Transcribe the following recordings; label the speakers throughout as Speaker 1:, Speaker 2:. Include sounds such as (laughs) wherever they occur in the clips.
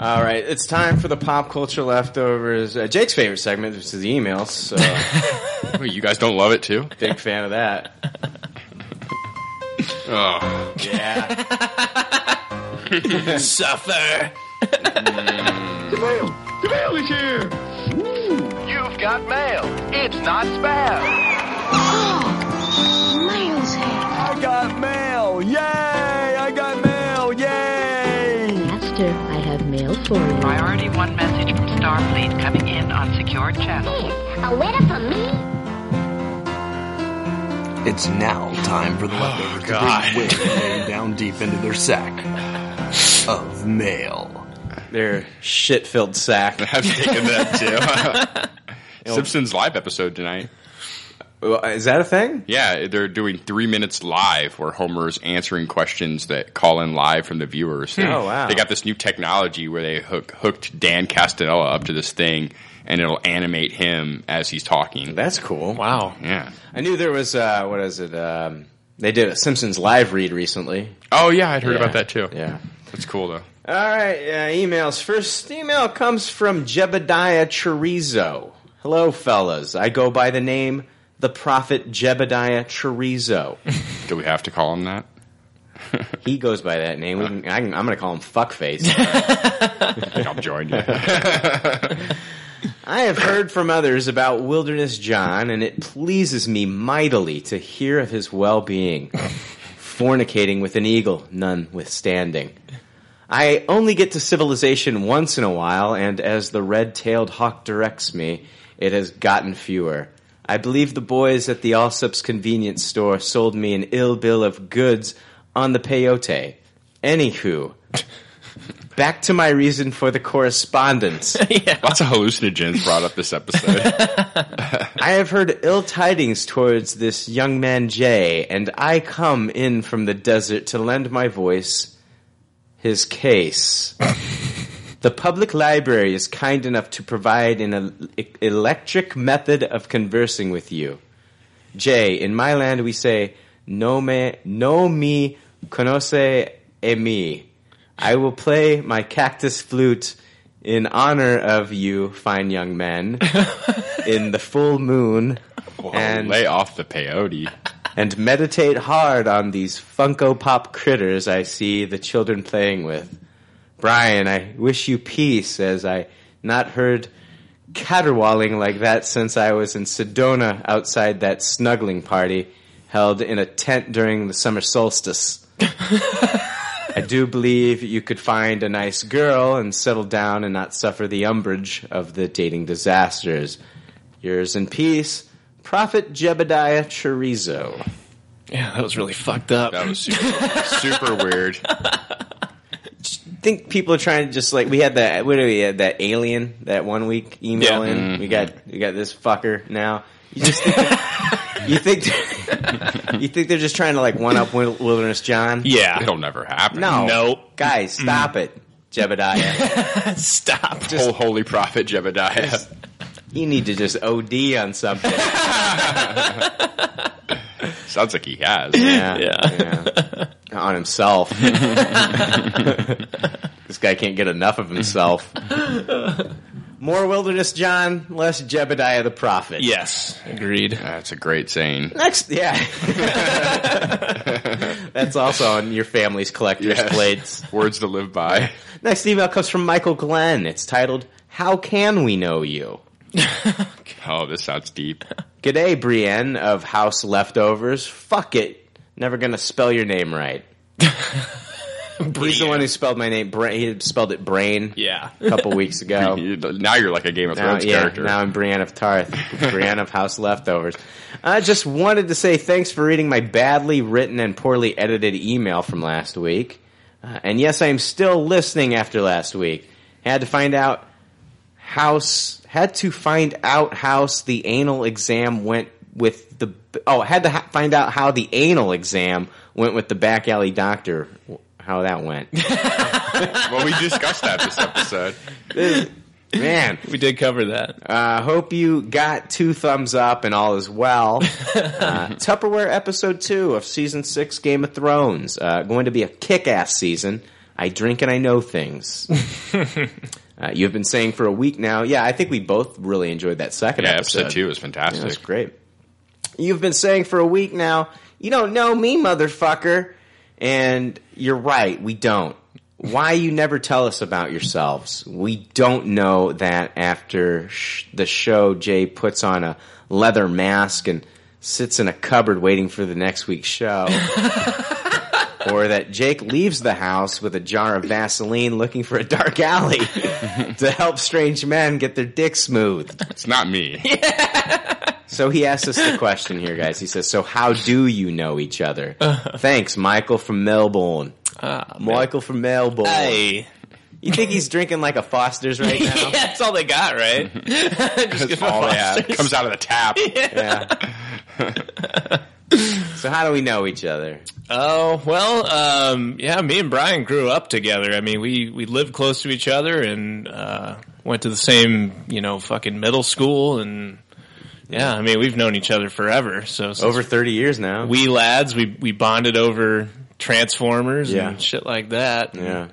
Speaker 1: All right, it's time for the pop culture leftovers. Uh, Jake's favorite segment, which is the emails. So, (laughs)
Speaker 2: Wait, you guys don't love it too?
Speaker 1: big fan of that.
Speaker 2: Oh,
Speaker 1: Yeah.
Speaker 3: Suffer.
Speaker 4: You've got mail. It's not spam.
Speaker 5: Miles here.
Speaker 3: I got mail. Yay! I got mail. Yay!
Speaker 5: Master, I have mail for you.
Speaker 6: Priority one message from Starfleet coming in on secured channel.
Speaker 5: A winner for me?
Speaker 3: It's now time for the leftovers
Speaker 2: God.
Speaker 3: to bring Wig laying down deep into their sack of mail.
Speaker 1: Their shit filled sack.
Speaker 2: I've taken that
Speaker 1: (laughs)
Speaker 2: too. (laughs) Simpsons live episode tonight.
Speaker 1: Well, Is that a thing?
Speaker 2: Yeah, they're doing three minutes live where Homer's answering questions that call in live from the viewers.
Speaker 1: Oh, wow.
Speaker 2: They got this new technology where they hook, hooked Dan Castanella up to this thing and it'll animate him as he's talking.
Speaker 1: That's cool.
Speaker 7: Wow.
Speaker 2: yeah.
Speaker 1: I knew there was, uh, what is it? Um, they did a Simpsons live read recently.
Speaker 2: Oh, yeah, I'd heard about that too.
Speaker 1: Yeah.
Speaker 2: That's cool though.
Speaker 1: All right, uh, emails. First email comes from Jebediah Chorizo. Hello, fellas. I go by the name the Prophet Jebediah Chorizo.
Speaker 2: Do we have to call him that?
Speaker 1: he goes by that name. We can, I can, I'm going to call him Fuckface.
Speaker 2: I think I'm joined (laughs) you.
Speaker 1: I have heard from others about Wilderness John, and it pleases me mightily to hear of his well being. Fornicating with an eagle, notwithstanding. I only get to civilization once in a while, and as the red tailed hawk directs me, it has gotten fewer. I believe the boys at the Alsop's convenience store sold me an ill bill of goods on the peyote. Anywho, back to my reason for the correspondence.
Speaker 2: Lots of hallucinogens brought up this episode.
Speaker 1: I have heard ill tidings towards this young man Jay, and I come in from the desert to lend my voice his case. the public library is kind enough to provide an el- electric method of conversing with you. Jay, in my land we say, no me, no me conoce e me. I will play my cactus flute in honor of you, fine young men, in the full moon, (laughs) and
Speaker 2: Lay off the peyote.
Speaker 1: and meditate hard on these Funko Pop critters I see the children playing with. Brian, I wish you peace as I not heard caterwauling like that since I was in Sedona outside that snuggling party held in a tent during the summer solstice. I do believe you could find a nice girl and settle down and not suffer the umbrage of the dating disasters. Yours in peace, Prophet Jebediah Chorizo.
Speaker 7: Yeah, that was really fucked up.
Speaker 2: That was super, super weird.
Speaker 1: think people are trying to just like we had that what do we had that alien that one week email
Speaker 7: Yeah.
Speaker 1: in we got we got this fucker now you just think that- you think you think they're just trying to like one up Wil- Wilderness John
Speaker 7: yeah.
Speaker 2: It'll never happen.
Speaker 1: no
Speaker 7: Nope.
Speaker 1: guys stop it Jebediah
Speaker 7: Stop.
Speaker 2: Whole holy prophet Jebediah.
Speaker 1: you need to just OD on
Speaker 7: (laughs)
Speaker 1: something
Speaker 2: Sounds like he
Speaker 1: (laughs)
Speaker 2: has.
Speaker 1: yeah, yeah. on himself (laughs) this guy can't get enough of
Speaker 7: (laughs)
Speaker 1: himself more Wilderness John less Jebediah the prophet
Speaker 7: Yes. Uh, Agreed.
Speaker 2: That's a great saying.
Speaker 1: Next, yeah. That's also on your family's collector's
Speaker 2: Yes.
Speaker 1: plates.
Speaker 2: Words to live by.
Speaker 1: Next email comes from Michael Glenn. It's titled, How Can We Know You?
Speaker 2: Oh, this sounds deep.
Speaker 1: G'day, Brienne of House Leftovers. Fuck it. Never gonna spell your name right. He's the one who spelled my name, Bra- he spelled it Brain
Speaker 7: Yeah.
Speaker 1: a couple weeks ago.
Speaker 2: Oh, You- Now you're like a Game of
Speaker 1: Now,
Speaker 2: Thrones
Speaker 1: yeah,
Speaker 2: character.
Speaker 1: now I'm Brienne of Tarth, Brienne of House Leftovers. I just wanted to say thanks for reading my badly written and poorly edited email from last week. Uh, and yes, I am still listening after last week. Had to find out house had to find out house the anal exam went with the oh had to ha- find out how the anal exam went with the back alley doctor. How that went,
Speaker 2: Well, we discussed that this episode.
Speaker 1: man.
Speaker 7: We did cover that.
Speaker 1: I hope you got two thumbs up and all is well. Uh, Tupperware episode two of season six Game of Thrones. Uh, going to be a kick ass season. I I drink and I know things. uh, you have been saying for a week now. Yeah, I think we both really enjoyed that second
Speaker 2: Yeah,
Speaker 1: episode.
Speaker 2: episode two was fantastic.
Speaker 1: That's great. You've been saying for a week now, you don't know me, motherfucker. And you're right, we don't. Why you never tell us about yourselves? We don't know that after sh- the show, Jay puts on a leather mask and sits in a cupboard waiting for the next week's show. or that Jake leaves the house with a jar of Vaseline looking for a dark alley (laughs) to help strange men get their dick smooth.
Speaker 2: It's not me.
Speaker 1: So he asks us the question here, guys. He says, "So how do you know each
Speaker 7: (laughs)
Speaker 1: other?" Thanks, Michael from Melbourne. Michael from Melbourne.
Speaker 7: Ah, Hey. (laughs)
Speaker 1: You think he's drinking like a Foster's right
Speaker 7: Yeah,
Speaker 1: now?
Speaker 7: that's all they got, right? Just give
Speaker 2: That's
Speaker 7: them
Speaker 2: all they have.
Speaker 7: Fosters.
Speaker 2: Comes out of the tap.
Speaker 1: yeah. (laughs) so how do we know each other?
Speaker 7: (laughs) Oh well, um, yeah. Me and Brian grew up together. I mean, we we lived close to each other and uh, went to the same, you know, fucking middle school. And yeah, I mean, we've known each other forever. So since
Speaker 1: Over thirty years now.
Speaker 7: we lads, we we bonded over Transformers
Speaker 1: Yeah.
Speaker 7: and shit like that. and
Speaker 1: yeah.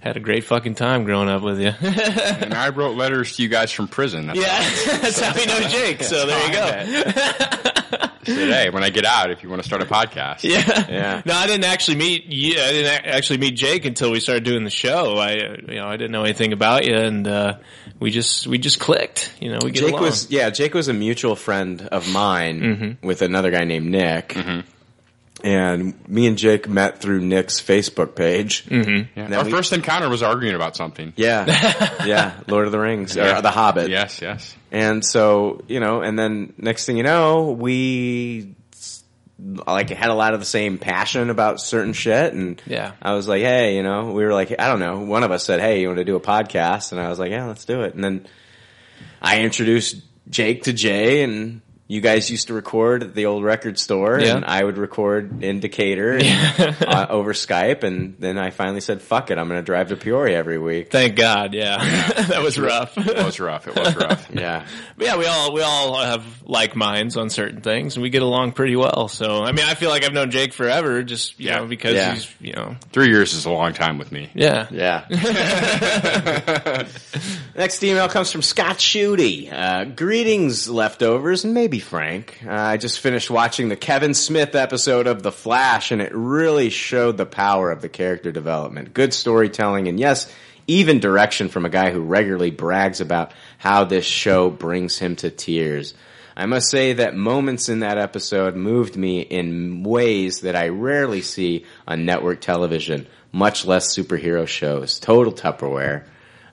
Speaker 7: had a great fucking time growing up with you. (laughs)
Speaker 2: And I wrote letters to you guys from prison. That's
Speaker 7: yeah, that's how we know Jake. So
Speaker 2: (laughs)
Speaker 7: there you go.
Speaker 2: Today, when I get out, if you want to start a podcast.
Speaker 7: Yeah.
Speaker 1: Yeah.
Speaker 7: (laughs) No, I didn't actually meet. You, I didn't ac- actually meet Jake until we started doing the show. I, uh, you know, I didn't know anything about you, and uh, we just we just clicked. You know, we get
Speaker 1: Jake
Speaker 7: along.
Speaker 1: was yeah, Jake was a mutual friend of mine
Speaker 7: Mm-hmm.
Speaker 1: with another guy named Nick. And me and Jake met through Nick's Facebook page. Mm-hmm.
Speaker 2: Yeah.
Speaker 1: Then
Speaker 2: Our
Speaker 1: we-
Speaker 2: first encounter was arguing about something.
Speaker 1: Yeah,
Speaker 7: (laughs)
Speaker 1: yeah, Lord of the Rings
Speaker 2: Yeah.
Speaker 1: or The Hobbit.
Speaker 2: Yes, yes.
Speaker 1: And so, you know, and then next thing you know, we like had a lot of the same passion about certain shit and
Speaker 7: Yeah.
Speaker 1: I was like, "Hey, you know, we were like, I don't know, one of us said, "Hey, you want to do a podcast?" and I was like, "Yeah, let's do it." And then I introduced Jake to Jay and you guys used to record at the old record store
Speaker 7: Yeah.
Speaker 1: and I would record in Decatur and,
Speaker 7: (laughs)
Speaker 1: uh, over Skype and then I finally said, "Fuck it, I'm going to drive to Peoria every week."
Speaker 7: Thank God. Yeah, (laughs) that was rough.
Speaker 2: It was rough. It was rough.
Speaker 1: Yeah.
Speaker 7: But yeah, we all we all have like minds on certain things, and we get along pretty well. So, I mean, I feel like I've known Jake forever, just you
Speaker 2: Yeah.
Speaker 7: know, because
Speaker 1: Yeah.
Speaker 7: he's you know,
Speaker 2: Three years is a long time with me.
Speaker 7: yeah,
Speaker 1: Yeah. Next email comes from Scott Shooty. Uh, greetings, leftovers, and maybe Frank. Uh, I just finished watching the Kevin Smith episode of The Flash, and it really showed the power of the character development. Good storytelling, and yes, even direction from a guy who regularly brags about how this show brings him to tears. I must say that moments in that episode moved me in ways that I rarely see on network television, much less superhero shows. Total Tupperware.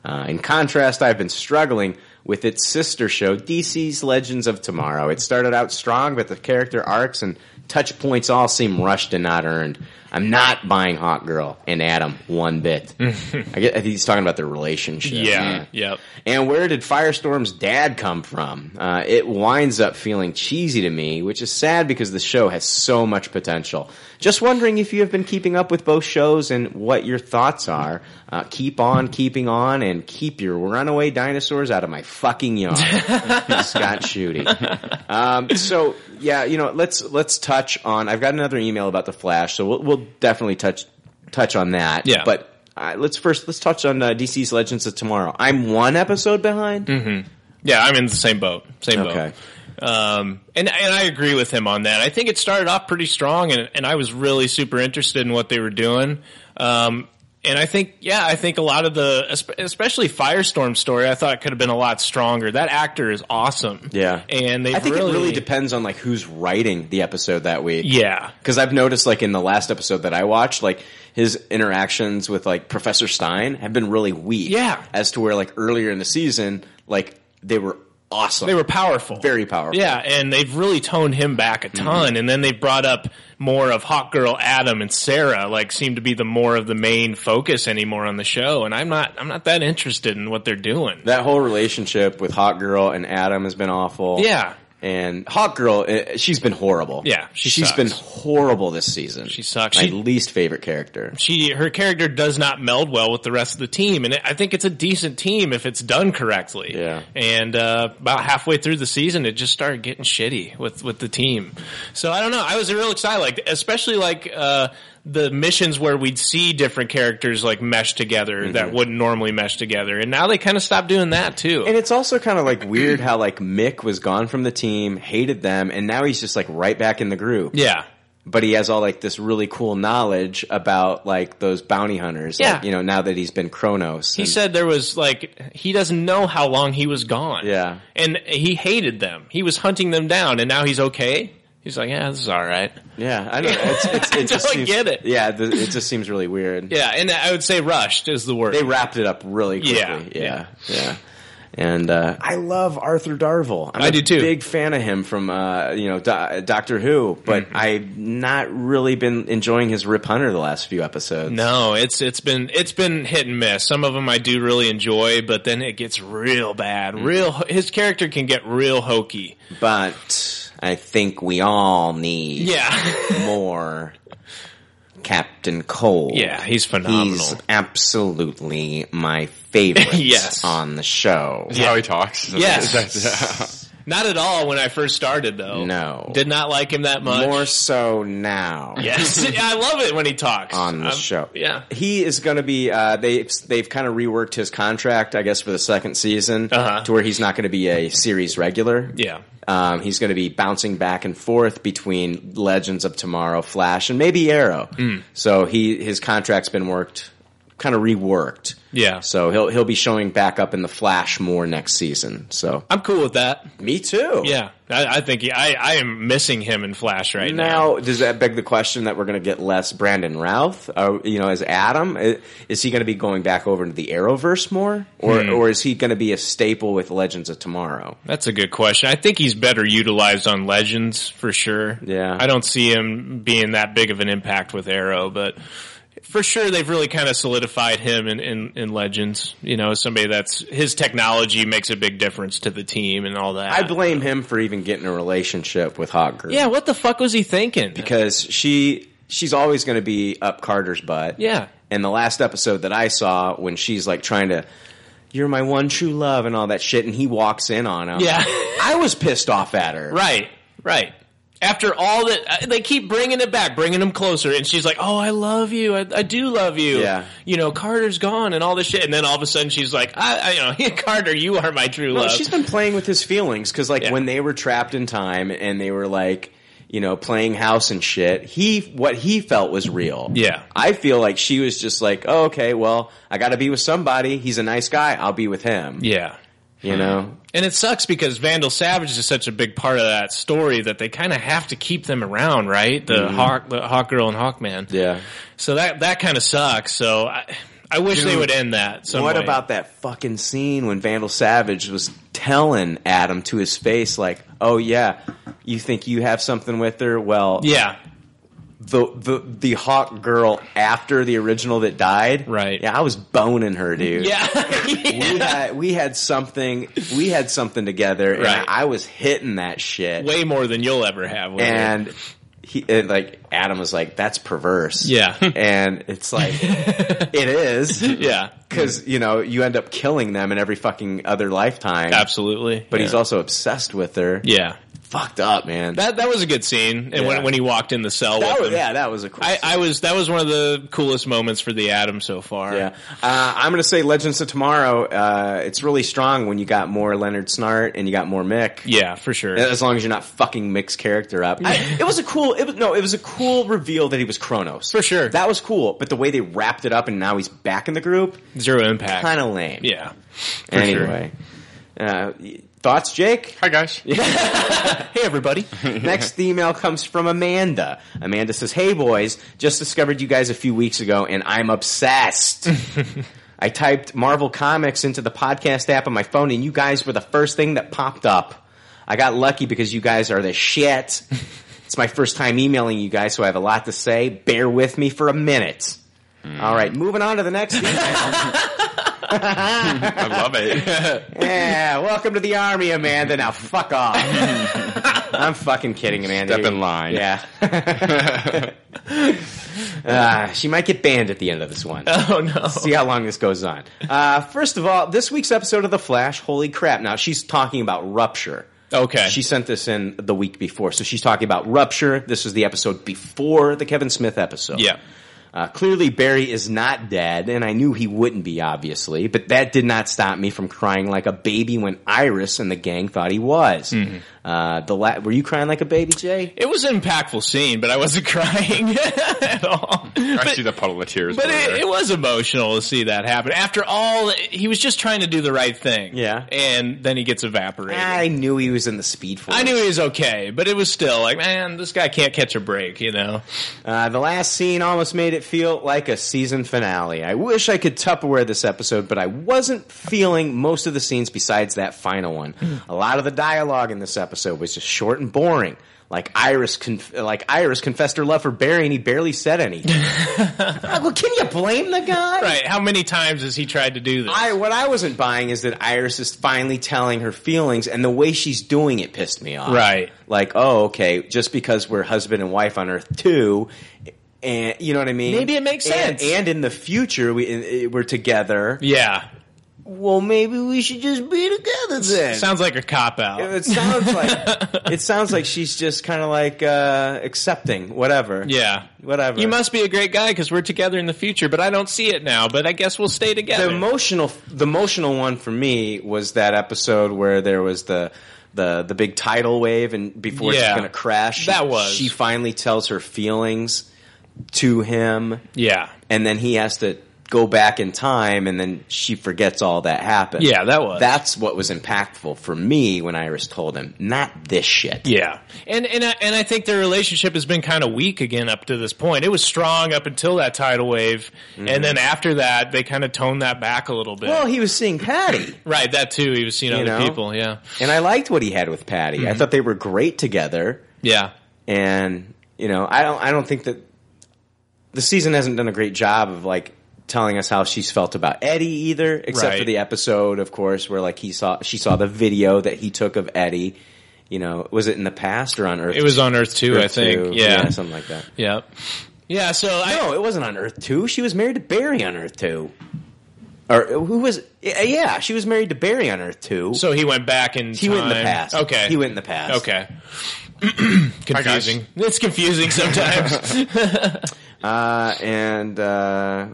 Speaker 1: Uh, in contrast, I've been struggling with its sister show, DC's Legends of Tomorrow. It started out strong, but the character arcs and touch points all seem rushed and not earned. I'm not buying Hawk Girl and Adam one bit. I, get, I think he's talking about their relationship.
Speaker 7: yeah, yep.
Speaker 1: And where did Firestorm's dad come from? Uh, it winds up feeling cheesy to me, which is sad because the show has so much potential. Just wondering if you have been keeping up with both shows and what your thoughts are. Uh, keep on keeping on and keep your runaway dinosaurs out of my fucking yard. Scott Shooty. Um, so yeah, you know, let's let's touch on. I've got another email about the Flash, so we'll, we'll definitely touch touch on that.
Speaker 7: Yeah.
Speaker 1: but uh, let's first let's touch on uh, DC's Legends of Tomorrow. I'm one episode behind.
Speaker 7: Mm-hmm. Yeah, I'm in the same boat. Same
Speaker 1: Okay.
Speaker 7: boat. Um, and and I agree with him on that. I think it started off pretty strong, and and I was really super interested in what they were doing. Um, and I think yeah, I think a lot of the espe- especially Firestorm story, I thought could have been a lot stronger. That actor is awesome.
Speaker 1: Yeah,
Speaker 7: and they
Speaker 1: I think
Speaker 7: really,
Speaker 1: it really depends on like who's writing the episode that week.
Speaker 7: Yeah,
Speaker 1: because I've noticed like in the last episode that I watched, like his interactions with like Professor Stein have been really weak.
Speaker 7: Yeah.
Speaker 1: as to where like earlier in the season, like they were awesome.
Speaker 7: they were powerful,
Speaker 1: very powerful.
Speaker 7: Yeah, and they've really toned him back a ton, and then they brought up more of Hawk Girl Adam and Sarah, like seem to be the more of the main focus anymore on the show. And I'm not, I'm not that interested in what they're doing.
Speaker 1: that whole relationship with Hot Girl and Adam has been awful.
Speaker 7: yeah,
Speaker 1: And Hot Girl, uh, she's been horrible.
Speaker 7: Yeah, she
Speaker 1: she's
Speaker 7: sucks.
Speaker 1: been horrible this season. She
Speaker 7: sucks.
Speaker 1: My
Speaker 7: She-
Speaker 1: least favorite character.
Speaker 7: she, her character does not meld well with the rest of the team, and I think it's a decent team if it's done correctly.
Speaker 1: Yeah.
Speaker 7: And uh, about halfway through the season, it just started getting shitty with with the team. So I don't know. I was real excited, like especially like uh, the missions where we'd see different characters like mesh together
Speaker 1: Mm-hmm.
Speaker 7: that wouldn't normally mesh together, and now they kind of stopped doing that too.
Speaker 1: And it's also kind of like weird how like Mick was gone from the team, hated them, and now he's just like right back in the group.
Speaker 7: yeah,
Speaker 1: But he has all like this really cool knowledge about like those bounty hunters.
Speaker 7: Yeah.
Speaker 1: Like, you know, now that he's been Kronos.
Speaker 7: he
Speaker 1: and-
Speaker 7: said there was like he doesn't know how long he was gone.
Speaker 1: Yeah.
Speaker 7: and he hated them. He was hunting them down, and now he's okay. He's like, yeah, this is all right.
Speaker 1: Yeah, I don't know. It's, it's,
Speaker 7: (laughs) I
Speaker 1: it just
Speaker 7: don't
Speaker 1: seems,
Speaker 7: get it.
Speaker 1: Yeah, the, it just seems really weird.
Speaker 7: Yeah, and I would say rushed is the word.
Speaker 1: They wrapped it up really quickly.
Speaker 7: Yeah,
Speaker 1: Yeah, yeah. And uh, I love Arthur Darvill. I'm
Speaker 7: I
Speaker 1: a
Speaker 7: do too.
Speaker 1: Big fan of him from uh, you know Do- Doctor Who, but
Speaker 7: Mm-hmm.
Speaker 1: I've not really been enjoying his Rip Hunter the last few episodes.
Speaker 7: No, it's it's been it's been hit and miss. Some of them I do really enjoy, but then it gets real bad. Real his character can get real hokey.
Speaker 1: but I think we all need
Speaker 7: Yeah.
Speaker 1: more Captain Cole.
Speaker 7: (laughs) Yeah, he's phenomenal.
Speaker 1: He's absolutely my favorite
Speaker 7: (laughs) Yes.
Speaker 1: on the show.
Speaker 2: That's how he (laughs) talks.
Speaker 7: Yes.
Speaker 2: That's-
Speaker 7: Not at all when I first started though.
Speaker 1: No.
Speaker 7: Did not like him that much.
Speaker 1: More so now.
Speaker 7: (laughs) Yes. I love it when he talks.
Speaker 1: On the
Speaker 7: Um,
Speaker 1: show,
Speaker 7: Yeah.
Speaker 1: he is going to be. Uh, they've they've kind of reworked his contract, I guess, for the second season
Speaker 7: Uh-huh.
Speaker 1: to where he's not going to be a series regular.
Speaker 7: Yeah.
Speaker 1: um, he's going to be bouncing back and forth between Legends of Tomorrow, Flash, and maybe Arrow.
Speaker 7: Hmm.
Speaker 1: So he his contract's been worked, kind of reworked.
Speaker 7: Yeah.
Speaker 1: So he'll he'll be showing back up in the Flash more next season. So
Speaker 7: I'm cool with that.
Speaker 1: me too.
Speaker 7: Yeah. I, I think he, I, I am missing him in Flash right now.
Speaker 1: Now, does that beg the question that we're going to get less Brandon Routh? Uh, you know, as Adam, I- is he going to be going back over into the Arrowverse more, or
Speaker 7: Hmm.
Speaker 1: or is he going to be a staple with Legends of Tomorrow?
Speaker 7: That's a good question. I think he's better utilized on Legends for sure.
Speaker 1: Yeah.
Speaker 7: I don't see him being that big of an impact with Arrow, but for sure they've really kind of solidified him in, in, in Legends. You know, somebody that's his technology makes a big difference to the team and all that.
Speaker 1: I blame him for even getting a relationship with Hot Girl.
Speaker 7: yeah, what the fuck was he thinking?
Speaker 1: because she she's always going to be up Carter's butt.
Speaker 7: yeah.
Speaker 1: And the last episode that I saw when she's like trying to, "You're my one true love" and all that shit, and he walks in on him.
Speaker 7: Yeah. (laughs)
Speaker 1: I was pissed off at her.
Speaker 7: right. Right. After all that, uh, they keep bringing it back, bringing him closer, and she's like, "Oh, I love you. I, I do love you.
Speaker 1: Yeah.
Speaker 7: You know, Carter's gone, and all this shit." And then all of a sudden, she's like, "I, I you know, (laughs) Carter, you are my true
Speaker 1: No,
Speaker 7: love."
Speaker 1: she's been playing with his feelings because, like,
Speaker 7: Yeah.
Speaker 1: when they were trapped in time and they were like, you know, playing house and shit, he what he felt was real.
Speaker 7: Yeah.
Speaker 1: I feel like she was just like, oh, okay, well, I got to be with somebody. He's a nice guy. I'll be with him.
Speaker 7: Yeah.
Speaker 1: You know,
Speaker 7: And it sucks because Vandal Savage is such a big part of that story that they kind of have to keep them around, right? The Hawk, the Hawk Girl, and Hawkman.
Speaker 1: Mm-hmm. yeah.
Speaker 7: So that that kind of sucks. So I, I wish they would end that. Some
Speaker 1: What
Speaker 7: way.
Speaker 1: about that fucking scene when Vandal Savage was telling Adam to his face, like, "Oh yeah, you think you have something with her? Well,
Speaker 7: Yeah,
Speaker 1: the the the hawk girl after the original that died,
Speaker 7: Right.
Speaker 1: Yeah, I was boning her, dude.
Speaker 7: (laughs) yeah,
Speaker 1: We had, we had something we had something together, and
Speaker 7: Right.
Speaker 1: I was hitting that shit.
Speaker 7: way more than you'll ever have. with it.
Speaker 1: and he and like Adam was like, "That's perverse."
Speaker 7: Yeah.
Speaker 1: (laughs) and it's like it is.
Speaker 7: (laughs) yeah,
Speaker 1: Because you know you end up killing them in every fucking other lifetime.
Speaker 7: absolutely.
Speaker 1: But
Speaker 7: yeah.
Speaker 1: he's also obsessed with her.
Speaker 7: yeah.
Speaker 1: Fucked up, man.
Speaker 7: That that was a good scene, and
Speaker 1: Yeah.
Speaker 7: when when he walked in the cell
Speaker 1: That
Speaker 7: with
Speaker 1: was,
Speaker 7: him,
Speaker 1: yeah, that was a cool.
Speaker 7: I,
Speaker 1: scene.
Speaker 7: I was that was one of the coolest moments for the Atom so far.
Speaker 1: yeah, uh, I'm gonna say Legends of Tomorrow. Uh, it's really strong when you got more Leonard Snart and you got more Mick.
Speaker 7: yeah, for sure.
Speaker 1: As long as you're not fucking Mick's character up, I, it was a cool. It was, no, it was a cool reveal that he was Kronos
Speaker 7: For sure.
Speaker 1: That was cool, but the way they wrapped it up and now he's back in the group,
Speaker 7: Zero impact.
Speaker 1: kind of lame.
Speaker 7: Yeah. for sure.
Speaker 1: Anyway, uh, thoughts, Jake?
Speaker 2: (laughs) Hi guys.
Speaker 7: Hey
Speaker 2: (laughs)
Speaker 7: everybody.
Speaker 1: Next email comes from Amanda. Amanda says, Hey boys, just discovered you guys a few weeks ago and I'm obsessed.
Speaker 2: (laughs)
Speaker 1: I typed Marvel Comics into the podcast app on my phone and you guys were the first thing that popped up. I got lucky because you guys are the
Speaker 2: (laughs)
Speaker 1: shit. it's my first time emailing you guys, so I have a lot to say. Bear with me for a minute.
Speaker 2: Hmm.
Speaker 1: All right, moving on to the next
Speaker 2: (laughs)
Speaker 1: email.
Speaker 2: I love it.
Speaker 1: yeah, welcome to the army, Amanda. Now fuck
Speaker 2: (laughs)
Speaker 1: off. I'm fucking kidding, Amanda.
Speaker 2: Step in line.
Speaker 1: Yeah. (laughs) uh, she might get banned at the end of this one.
Speaker 7: Oh no.
Speaker 1: See how long this goes on. Uh, first of all, this week's episode of The Flash, holy crap. Now, she's talking about Rupture.
Speaker 7: Okay.
Speaker 1: She sent this in the week before. So she's talking about Rupture. This was the episode before the Kevin Smith episode.
Speaker 7: Yeah.
Speaker 1: Uh, clearly, Barry is not dead, and I knew he wouldn't be, obviously, but that did not stop me from crying like a baby when Iris and the gang thought he was.
Speaker 7: Mm-hmm.
Speaker 1: Uh, the la- Were you crying like a baby, Jay?
Speaker 7: It was an impactful scene, but I wasn't (laughs) crying at all.
Speaker 2: I
Speaker 7: But-
Speaker 2: see the puddle of tears.
Speaker 7: But
Speaker 2: over
Speaker 7: it,
Speaker 2: there.
Speaker 7: it was emotional to see that happen. After all, he was just trying to do the right thing.
Speaker 1: Yeah.
Speaker 7: And then he gets evaporated. I,
Speaker 1: I knew he was in the Speed Force.
Speaker 7: knew he was okay, but it was still like, man, this guy can't catch a break, you know?
Speaker 1: Uh, the last scene almost made it feel like a season finale. I wish I could Tupperware this episode, but I wasn't feeling most of the scenes besides that final one. a lot of the dialogue in this episode was just short and boring. Like Iris, conf- like Iris confessed her love for Barry, and he barely said anything.
Speaker 7: (laughs)
Speaker 1: Like, well, can you blame the guy?
Speaker 7: Right. How many times has he tried to do this?
Speaker 1: I what I wasn't buying is that Iris is finally telling her feelings, and the way she's doing it pissed me off.
Speaker 7: Right.
Speaker 1: Like, oh, okay, just because we're husband and wife on Earth too, and you know what I mean.
Speaker 7: Maybe it makes
Speaker 1: And-
Speaker 7: sense.
Speaker 1: And, in the future, we in, we're together.
Speaker 7: yeah.
Speaker 1: Well, maybe we should just be together then.
Speaker 7: Sounds like a cop out.
Speaker 1: it sounds
Speaker 7: (laughs)
Speaker 1: like it sounds like she's just kind of like uh, accepting whatever.
Speaker 7: yeah.
Speaker 1: Whatever.
Speaker 7: You must be a great guy because we're together in the future, but I don't see it now, but I guess we'll stay together.
Speaker 1: the emotional the emotional one for me was that episode where there was the the the big tidal wave and before it's
Speaker 7: Yeah.
Speaker 1: going to crash
Speaker 7: That was.
Speaker 1: she finally tells her feelings to him
Speaker 7: yeah.
Speaker 1: and then he has to go back in time and then she forgets all that happened
Speaker 7: Yeah, that was.
Speaker 1: that's what was impactful for me when Iris told him not this shit
Speaker 7: Yeah, and and I, and I think their relationship has been kind of weak again up to this point. It was strong up until that tidal wave, and then after that, they kind of toned that back a little bit.
Speaker 1: Mm-hmm. well Oh, he was seeing Patty
Speaker 7: right, that too. He was seeing
Speaker 1: You
Speaker 7: other
Speaker 1: know?
Speaker 7: people. Yeah,
Speaker 1: and I liked what he had with Patty
Speaker 7: Mm-hmm.
Speaker 1: I thought they were great together
Speaker 7: yeah,
Speaker 1: and you know i don't i don't think that the season hasn't done a great job of like telling us how she's felt about eddie either except for
Speaker 7: Right.
Speaker 1: the episode of course where like he saw she saw the video that he took of eddie you know was it in the past or on earth
Speaker 7: it was on Earth too.
Speaker 1: Earth
Speaker 7: I think.
Speaker 1: Two?
Speaker 7: Yeah. yeah,
Speaker 1: something like that
Speaker 7: yeah, So I,
Speaker 1: no it wasn't on earth 2 she was married to barry on earth 2 or who was yeah, yeah she was married to barry on earth 2
Speaker 7: so he went back in.
Speaker 1: he went in the
Speaker 7: time.
Speaker 1: past
Speaker 7: Okay,
Speaker 1: he went in the past
Speaker 7: Okay. (clears throat) confusing. It's confusing sometimes. (laughs)
Speaker 1: Uh, and uh,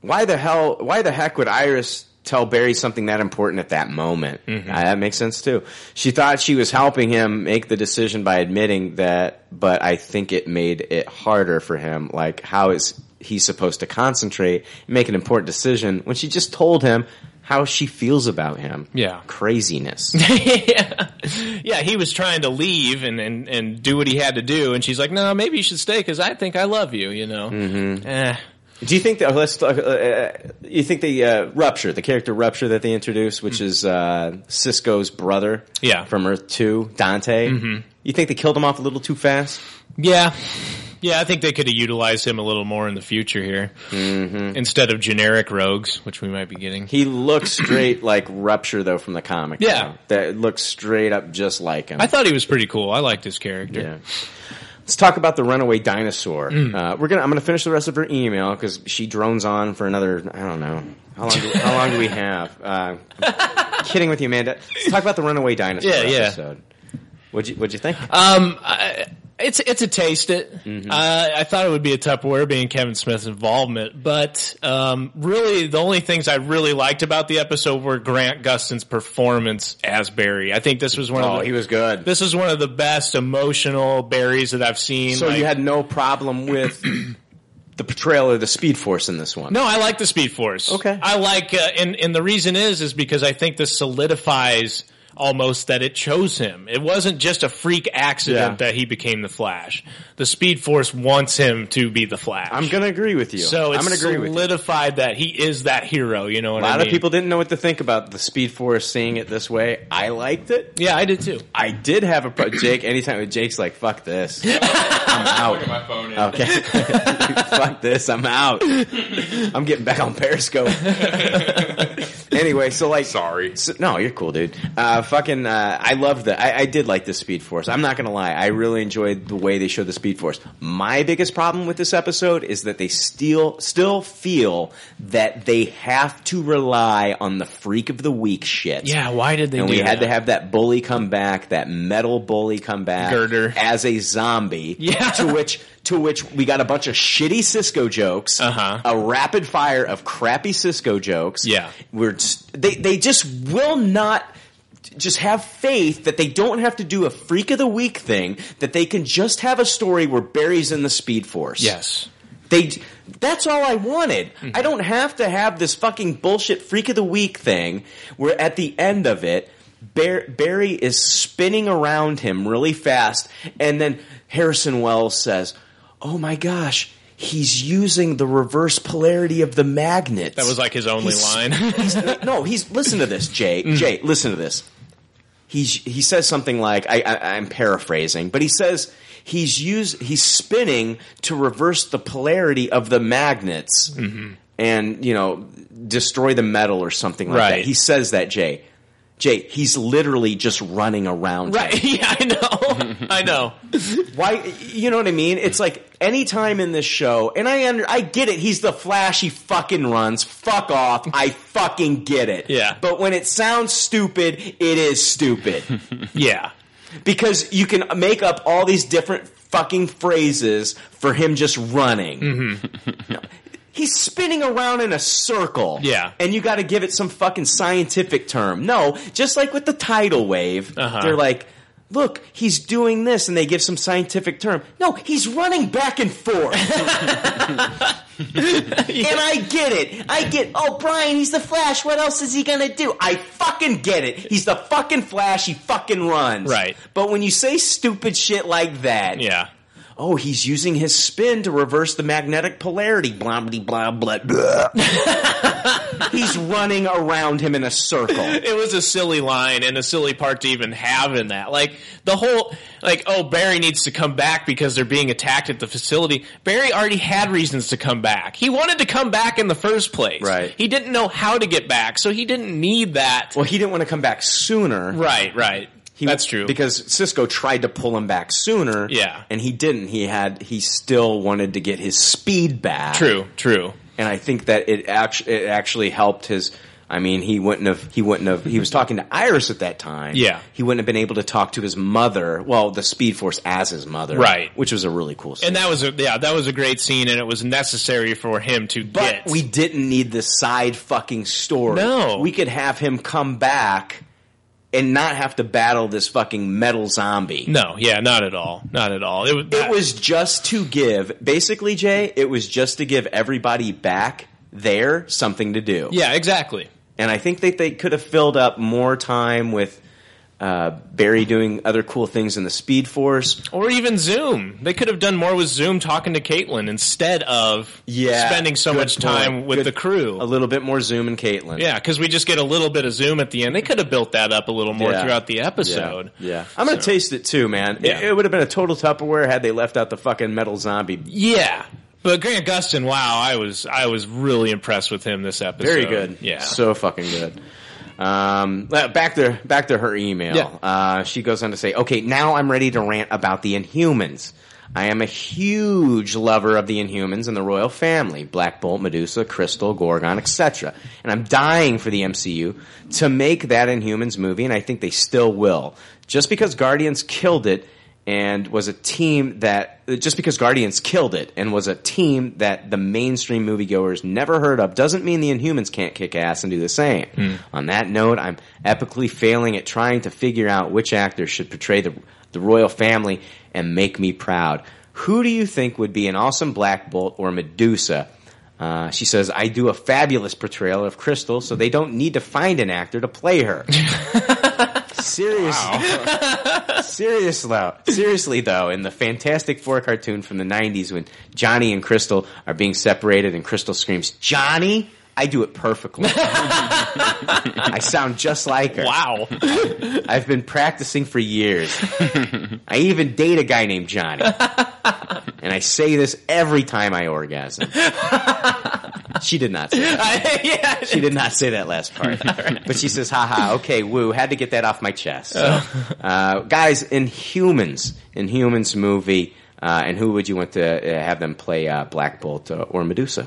Speaker 1: why the hell? Why the heck would Iris tell Barry something that important at that moment? Uh, that makes sense too. She thought she was helping him make the decision by admitting that, but I think it made it harder for him. Like, how is he supposed to concentrate and make an important decision when she just told him how she feels about him?
Speaker 7: Yeah.
Speaker 1: craziness.
Speaker 7: yeah. yeah, he was trying to leave and, and, and do what he had to do, and she's like, "No, maybe you should stay because I think I love you." You know. Mm-hmm. Eh.
Speaker 1: Do you think that let's talk, uh, uh, you think the uh, rupture, the character rupture that they introduce, which is uh, Cisco's brother,
Speaker 7: Yeah.
Speaker 1: from Earth Two, Dante. Mm-hmm. You think they killed him off a little too fast?
Speaker 7: Yeah, yeah, I think they could have utilized him a little more in the future here instead of generic rogues, which we might be getting.
Speaker 1: Mm-hmm. He
Speaker 7: (clears throat)
Speaker 1: looks straight like Rupture though from the comic.
Speaker 7: Yeah.
Speaker 1: though. that looks straight up just like him.
Speaker 7: I thought he was pretty cool. I liked his character.
Speaker 1: Yeah. Let's talk about the runaway dinosaur.
Speaker 7: Mm.
Speaker 1: Uh, we're gonna. I'm gonna finish the rest of her email because she drones on for another. I don't know how long. Do, how long do we have? Uh,
Speaker 7: (laughs)
Speaker 1: I'm kidding with you, Amanda. Let's talk about the runaway dinosaur
Speaker 7: Yeah, yeah.
Speaker 1: episode. What'd you What'd you think?
Speaker 7: Um, I, it's it's a taste it.
Speaker 1: Mm-hmm.
Speaker 7: Uh, I thought it would be a Tupperware being Kevin Smith's involvement, but um, really the only things I really liked about the episode were Grant Gustin's performance as Barry. I think this was one
Speaker 1: oh,
Speaker 7: of the,
Speaker 1: he was good.
Speaker 7: this is one of the best emotional Barrys that I've seen.
Speaker 1: so
Speaker 7: like-
Speaker 1: you had no problem with
Speaker 7: (clears throat)
Speaker 1: the portrayal of the Speed Force in this one.
Speaker 7: No, I like the Speed Force.
Speaker 1: Okay.
Speaker 7: I like, uh, and and the reason is is because I think this solidifies almost that it chose him. It wasn't just a freak accident
Speaker 1: Yeah.
Speaker 7: that he became the Flash. The Speed Force wants him to be the Flash.
Speaker 1: I'm gonna agree with you.
Speaker 7: So it's
Speaker 1: I'm gonna agree with you.
Speaker 7: solidified that he is that hero. You know what
Speaker 1: A lot
Speaker 7: I mean?
Speaker 1: of people didn't know what to think about the Speed Force seeing it this way. I liked it.
Speaker 7: Yeah, I did too.
Speaker 1: I did have a pro- Jake. Anytime Jake's like, "Fuck
Speaker 7: (laughs)
Speaker 1: this," I'm
Speaker 2: Look
Speaker 1: out.
Speaker 2: at my phone.
Speaker 1: Okay. (laughs)
Speaker 7: (laughs)
Speaker 1: Fuck this. I'm out. I'm getting back on Periscope. anyway, so like,
Speaker 2: Sorry.
Speaker 1: so- no, you're cool, dude. Uh, fucking, uh, I love that. I, I did like the Speed Force. I'm not gonna lie. I really enjoyed the way they showed the Speed Force. My biggest problem with this episode is that they still, still feel that they have to rely on the freak of the week shit.
Speaker 7: Yeah, why did they
Speaker 1: And
Speaker 7: do
Speaker 1: we
Speaker 7: that?
Speaker 1: had to have that bully come back, that metal bully come back
Speaker 7: Girder.
Speaker 1: as a zombie.
Speaker 7: (laughs) Yeah.
Speaker 1: To which to which we got a bunch of shitty Cisco jokes,
Speaker 7: Uh-huh.
Speaker 1: a rapid fire of crappy Cisco jokes.
Speaker 7: Yeah.
Speaker 1: We're just, they they just will not just have faith that they don't have to do a freak of the week thing, that they can just have a story where Barry's in the speed force.
Speaker 7: Yes.
Speaker 1: They that's all I wanted.
Speaker 7: Mm-hmm.
Speaker 1: I don't have to have this fucking bullshit freak of the week thing where at the end of it Bar- Barry is spinning around him really fast and then Harrison Wells says, "Oh my gosh, he's using the reverse polarity of the magnet."
Speaker 7: That was like his only
Speaker 1: He's-
Speaker 7: line. Mm.
Speaker 1: he's- no, he's listen to this,
Speaker 7: (laughs)
Speaker 1: Jay. Jay, listen to this. He's he says something like I, I I'm paraphrasing, but he says he's use he's spinning to reverse the polarity of the magnets
Speaker 7: Mm-hmm.
Speaker 1: and you know destroy the metal or something like that.
Speaker 7: Right.
Speaker 1: He says that, Jay. Jay, he's literally just running around. him.
Speaker 7: right. (laughs) Yeah, I know.
Speaker 1: (laughs)
Speaker 7: I know.
Speaker 1: Why? You know what I mean? It's like any time in this show, and I under, I get it. He's the flash. He fucking runs. Fuck off. I fucking get it.
Speaker 7: Yeah.
Speaker 1: But when it sounds stupid, it is stupid
Speaker 7: Yeah.
Speaker 1: because you can make up all these different fucking phrases for him just running. (laughs) No. He's spinning around in a circle.
Speaker 7: Mm-hmm. Yeah.
Speaker 1: And you got to give it some fucking scientific term. No, just like with the tidal wave,
Speaker 7: Uh-huh.
Speaker 1: they're like, look, he's doing this, and they give some scientific term. No, he's running back and forth. And I get it. I get, oh, Brian, he's the Flash. What else is he going to do? I fucking get it. He's the fucking Flash. He fucking runs.
Speaker 7: Right.
Speaker 1: But when you say stupid shit like that,
Speaker 7: Yeah.
Speaker 1: oh, he's using his spin to reverse the magnetic polarity, blah, blah, blah, blah,
Speaker 7: (laughs)
Speaker 1: blah. he's running around him in a circle.
Speaker 7: It was a silly line and a silly part to even have in that. Like the whole like oh Barry needs to come back because they're being attacked at the facility. Barry already had reasons to come back. He wanted to come back in the first place.
Speaker 1: Right.
Speaker 7: He didn't know how to get back, so he didn't need that.
Speaker 1: Well, he didn't want to come back sooner.
Speaker 7: Right, right.
Speaker 1: He-
Speaker 7: That's true.
Speaker 1: because Cisco tried to pull him back sooner.
Speaker 7: Yeah.
Speaker 1: and he didn't. He had he still wanted to get his speed back.
Speaker 7: true, true.
Speaker 1: and I think that it actually it actually helped his. I mean, he wouldn't have. He wouldn't have. He was talking to Iris at that time.
Speaker 7: Yeah.
Speaker 1: he wouldn't have been able to talk to his mother. Well, the Speed Force as his mother,
Speaker 7: Right.
Speaker 1: Which was a really cool. Scene.
Speaker 7: And that was a yeah, that was a great scene and it was necessary for him to
Speaker 1: but
Speaker 7: get
Speaker 1: we didn't need this side fucking story.
Speaker 7: No.
Speaker 1: we could have him come back and not have to battle this fucking metal zombie.
Speaker 7: No, yeah, not at all. Not at all. It, was
Speaker 1: It was just to give, basically, Jay. It was just to give everybody back there something to do.
Speaker 7: Yeah, exactly.
Speaker 1: and I think that they could have filled up more time with uh, Barry doing other cool things in the Speed Force.
Speaker 7: Or even Zoom. They could have done more with Zoom talking to Caitlin instead of
Speaker 1: Yeah,
Speaker 7: spending so
Speaker 1: good
Speaker 7: much
Speaker 1: point.
Speaker 7: time with
Speaker 1: Good-
Speaker 7: the crew.
Speaker 1: A little bit more Zoom and Caitlin.
Speaker 7: yeah, because we just get a little bit of Zoom at the end. They could have built that up a little more
Speaker 1: Yeah.
Speaker 7: throughout the
Speaker 1: Yeah.
Speaker 7: episode.
Speaker 1: Yeah. I'm gonna taste it too, man. It-
Speaker 7: Yeah.
Speaker 1: It, would have been a total Tupperware had they left out the fucking metal zombie.
Speaker 7: Yeah. But Grant Gustin, wow, I was I was really impressed with him this episode.
Speaker 1: Very good.
Speaker 7: Yeah.
Speaker 1: So fucking good. Um, uh, back to back to her email.
Speaker 7: Yeah.
Speaker 1: Uh, she goes on to say, "Okay, now I'm ready to rant about the Inhumans. I am a huge lover of the Inhumans and the royal family: Black Bolt, Medusa, Crystal, Gorgon, etc. And I'm dying for the MCU to make that Inhumans movie, and I think they still will. Just because Guardians killed it." And was a team that just because Guardians killed it and was a team that the mainstream moviegoers never heard of doesn't mean the Inhumans can't kick ass and do the same. On that note, I'm epically failing at trying to figure out which actor should portray the, the royal family and make me proud. Who do you think would be an awesome Black Bolt or Medusa? Uh, she says, I do a fabulous portrayal of Crystal, so they don't need to find an actor to play her. Serious, serious though, seriously though, in the Fantastic Four cartoon from the '90s, when Johnny and Crystal are being separated, and Crystal screams, "Johnny!" I do it perfectly. (laughs) I sound just like her.
Speaker 7: Wow.
Speaker 1: (laughs) I've been practicing for years. I even date a guy named
Speaker 7: (laughs) (laughs)
Speaker 1: Johnny. And I say this every time I orgasm. She did not. Say that.
Speaker 7: yeah.
Speaker 1: She did not say that last
Speaker 7: (laughs)
Speaker 1: part. But she says, haha, okay, woo, had to get that off my chest. So,
Speaker 7: Oh.
Speaker 1: uh, guys, in Humans, in Humans movie, uh, and who would you want to uh, have them play uh, Black Bolt uh, or Medusa?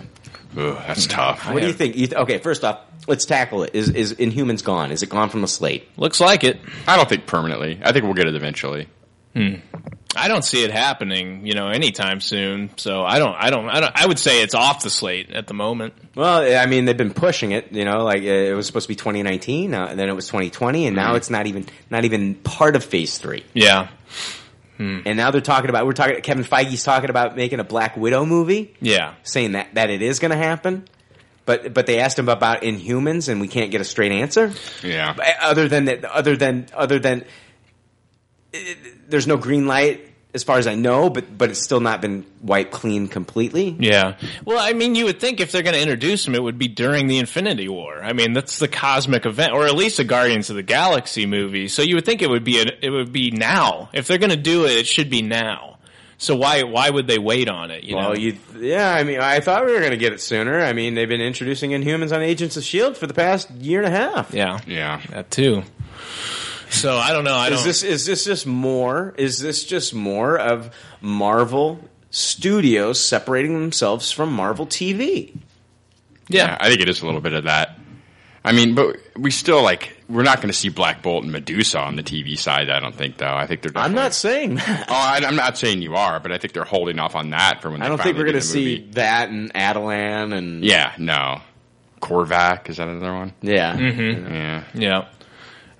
Speaker 2: Ugh, that's tough.
Speaker 1: What do you think? You th- okay, first off, let's tackle it. Is is Inhumans gone? Is it gone from the slate?
Speaker 7: Looks like it.
Speaker 2: I don't think permanently. I think we'll get it eventually.
Speaker 7: I don't see it happening, you know, anytime soon. So I don't, I don't, I don't, I would say it's off the slate at the moment.
Speaker 1: Well, I mean, they've been pushing it. You know, like uh, it was supposed to be 2019, uh, and then it was 2020, and now it's not even not even part of Phase Three.
Speaker 7: Yeah.
Speaker 1: And now they're talking about we're talking. Kevin Feige's talking about making a Black Widow movie,
Speaker 7: Yeah.
Speaker 1: saying that that it is going to happen. But but they asked him about Inhumans, and we can't get a straight answer.
Speaker 2: Yeah.
Speaker 1: Uh, other than that, other than other than uh, there's no green light as far as I know, but but it's still not been wiped clean completely.
Speaker 7: Yeah. Well, I mean, you would think if they're going to introduce him, it would be during the Infinity War. I mean, that's the cosmic event, or at least a Guardians of the Galaxy movie. So you would think it would be, it would be now. If they're going to do it, it should be now. So why, why would they wait on it? You know?
Speaker 1: Well, you yeah, I mean, I thought we were going to get it sooner. I mean, they've been introducing Inhumans on Agents of Shield E for the past year and a half.
Speaker 7: yeah.
Speaker 2: Yeah.
Speaker 7: That too. So I don't know. I don't.
Speaker 1: Is this is this just more? Is this just more of Marvel Studios separating themselves from Marvel TV?
Speaker 2: Yeah, I think it is a little bit of that. I mean, but we still like we're not going to see Black Bolt and Medusa on the TV side. I don't think though. I think they're.
Speaker 1: I'm not
Speaker 2: definitely-
Speaker 1: saying that.
Speaker 2: Oh, I, I'm not saying you are, but I think they're holding off on that for when they
Speaker 1: I don't think
Speaker 2: finally
Speaker 1: we're going to
Speaker 2: do the
Speaker 1: see
Speaker 2: movie.
Speaker 1: that and Adelan and
Speaker 2: Yeah, no. Korvac is that another one?
Speaker 1: yeah.
Speaker 2: Yeah,
Speaker 7: Yeah.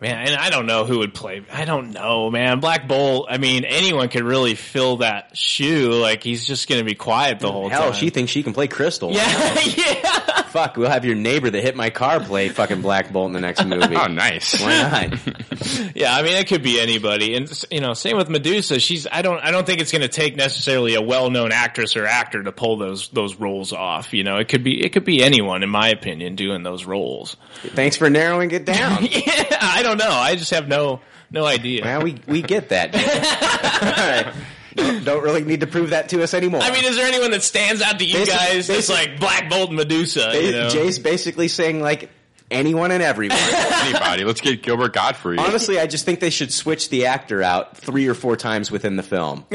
Speaker 7: Man, and I don't know who would play. I don't know, man. Black Bolt. I mean, anyone could really fill that shoe. Like he's just going to be quiet the whole
Speaker 1: Hell,
Speaker 7: time. (laughs)
Speaker 1: she thinks she can play Crystal.
Speaker 7: yeah, (laughs) yeah.
Speaker 1: Fuck, we'll have your neighbor that hit my car play fucking Black Bolt in the next
Speaker 7: (laughs)
Speaker 1: movie.
Speaker 2: Oh, (laughs) nice.
Speaker 1: Why not?
Speaker 7: Yeah, I mean, it could be anybody, and you know, same with Medusa. She's I don't I don't think it's going to take necessarily a well known actress or actor to pull those those roles off. You know, it could be it could be anyone, in my opinion, doing those roles.
Speaker 1: Thanks for narrowing it down.
Speaker 7: (laughs) yeah, I don't know. I just have no no idea.
Speaker 1: Well, we we get that.
Speaker 7: (laughs)
Speaker 1: All right. Don't- Don't really need to prove that to us anymore.
Speaker 7: I mean, is there anyone that stands out to you
Speaker 1: Basi-
Speaker 7: guys? It's
Speaker 1: basi-
Speaker 7: like Black Bolt and Medusa.
Speaker 1: Ba-
Speaker 7: you know?
Speaker 1: Jay's basically saying like anyone and
Speaker 7: (laughs)
Speaker 1: everyone.
Speaker 2: Anybody? Let's get Gilbert Godfrey. (laughs)
Speaker 1: Honestly, I just think they should switch the actor out three or four times within the film.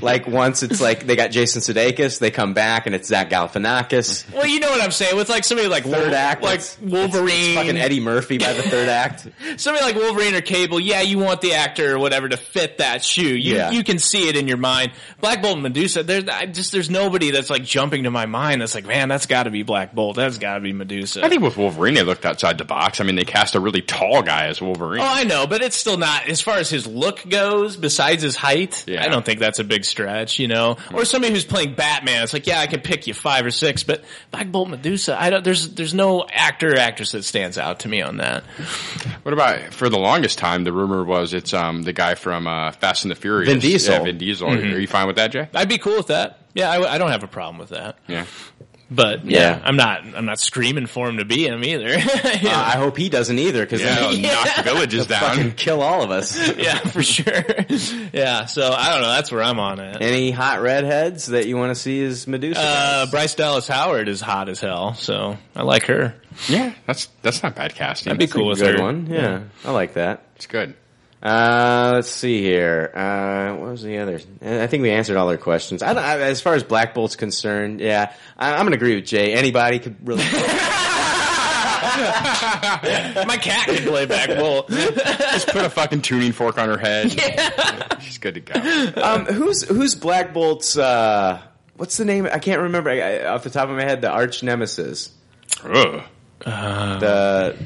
Speaker 1: Like once it's like they got Jason Sudeikis, they come back and it's Zach Galifianakis.
Speaker 7: (laughs) well, you know what I'm saying with like somebody like
Speaker 1: Third
Speaker 7: Wol-
Speaker 1: act,
Speaker 7: like
Speaker 1: it's-
Speaker 7: Wolverine,
Speaker 1: Fucking Eddie Murphy by the third act.
Speaker 7: somebody like Wolverine or Cable. Yeah, you want the actor or whatever to fit that shoe. You
Speaker 1: Yeah.
Speaker 7: you can see it in your mind. Black Bolt and Medusa. There's I just there's nobody that's like jumping to my mind. That's like man, that's got to be Black Bolt. That's got to be Medusa.
Speaker 2: I think with Wolverine, they looked outside the box. I mean, they cast a really tall guy as Wolverine.
Speaker 7: Oh, I know, but it's still not as far as his look goes. Besides his height,
Speaker 2: Yeah.
Speaker 7: I don't think that's a big stretch, you know. Or somebody who's playing Batman, it's like, yeah, I can pick you five or six, but Black Bolt, Medusa, I don't. There's there's no actor or actress that stands out to me on that.
Speaker 2: What about for the longest time? The rumor was it's um the guy from uh, Fast and the Furious,
Speaker 1: Vin Diesel.
Speaker 2: Yeah, Vin Diesel. Mm-hmm. Are you fine with that, Jay?
Speaker 7: I'd be cool with that. Yeah, I, w- I don't have a problem with that.
Speaker 2: Yeah.
Speaker 7: But yeah,
Speaker 1: Yeah.
Speaker 7: I'm not I'm not screaming for him to be him either. (laughs)
Speaker 1: Uh,
Speaker 7: (laughs) yeah.
Speaker 1: I hope he doesn't either because
Speaker 2: Yeah,
Speaker 1: then
Speaker 2: it'll (laughs)
Speaker 1: he'll
Speaker 2: knock the villages
Speaker 1: fucking
Speaker 2: down.
Speaker 1: kill all of us.
Speaker 7: (laughs) yeah, for sure. yeah, so I don't know. That's where I'm on it.
Speaker 1: Any hot redheads that you want to see as Medusa?
Speaker 7: Uh, Bryce Dallas Howard is hot as hell, so I like her.
Speaker 2: Yeah, that's that's not bad casting.
Speaker 7: That'd be
Speaker 2: That's
Speaker 7: cool
Speaker 2: a
Speaker 7: with
Speaker 2: good
Speaker 1: Good
Speaker 7: her.
Speaker 1: one. Yeah, I like that.
Speaker 2: It's good.
Speaker 1: Uh, let's see here. Uh, what was the other? I think we answered all their questions. I don't, I, as far as Black Bolt's concerned, yeah, I, I'm gonna agree with Jay. Anybody could really.
Speaker 7: (laughs)
Speaker 1: (laughs)
Speaker 7: My cat can play back bull.
Speaker 2: Just put a fucking tuning fork on her (laughs) head. She's good to go.
Speaker 1: um, who's who's Black Bolt's? Uh, what's the name? I can't remember I, I, off the top of my head. The arch nemesis.
Speaker 2: Ugh.
Speaker 7: Uh-huh.
Speaker 1: The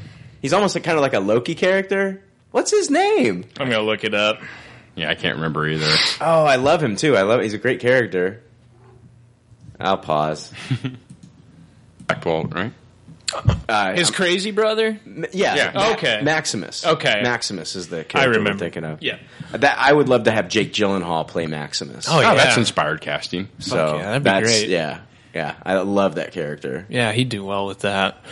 Speaker 1: he's almost like, kind of like a Loki character. What's his name?
Speaker 7: I'm gonna look it up.
Speaker 2: Yeah, I can't remember either.
Speaker 1: Oh, I love him too. I love. He's a great character. I'll pause.
Speaker 2: Black Bolt, right?
Speaker 1: Uh,
Speaker 7: His crazy brother.
Speaker 1: Yeah.
Speaker 2: Yeah.
Speaker 1: Ma-
Speaker 7: Okay.
Speaker 1: Maximus.
Speaker 7: Okay.
Speaker 1: Maximus is the character
Speaker 7: I
Speaker 1: am
Speaker 7: remember.
Speaker 1: thinking of.
Speaker 7: Yeah.
Speaker 1: That I would love to have Jake Gyllenhaal play Maximus.
Speaker 7: Oh,
Speaker 2: Oh,
Speaker 7: yeah.
Speaker 2: that's inspired casting.
Speaker 1: so
Speaker 7: yeah, that'd be
Speaker 1: that's,
Speaker 7: great.
Speaker 1: Yeah. Yeah. I love that character.
Speaker 7: Yeah, he'd do well with that.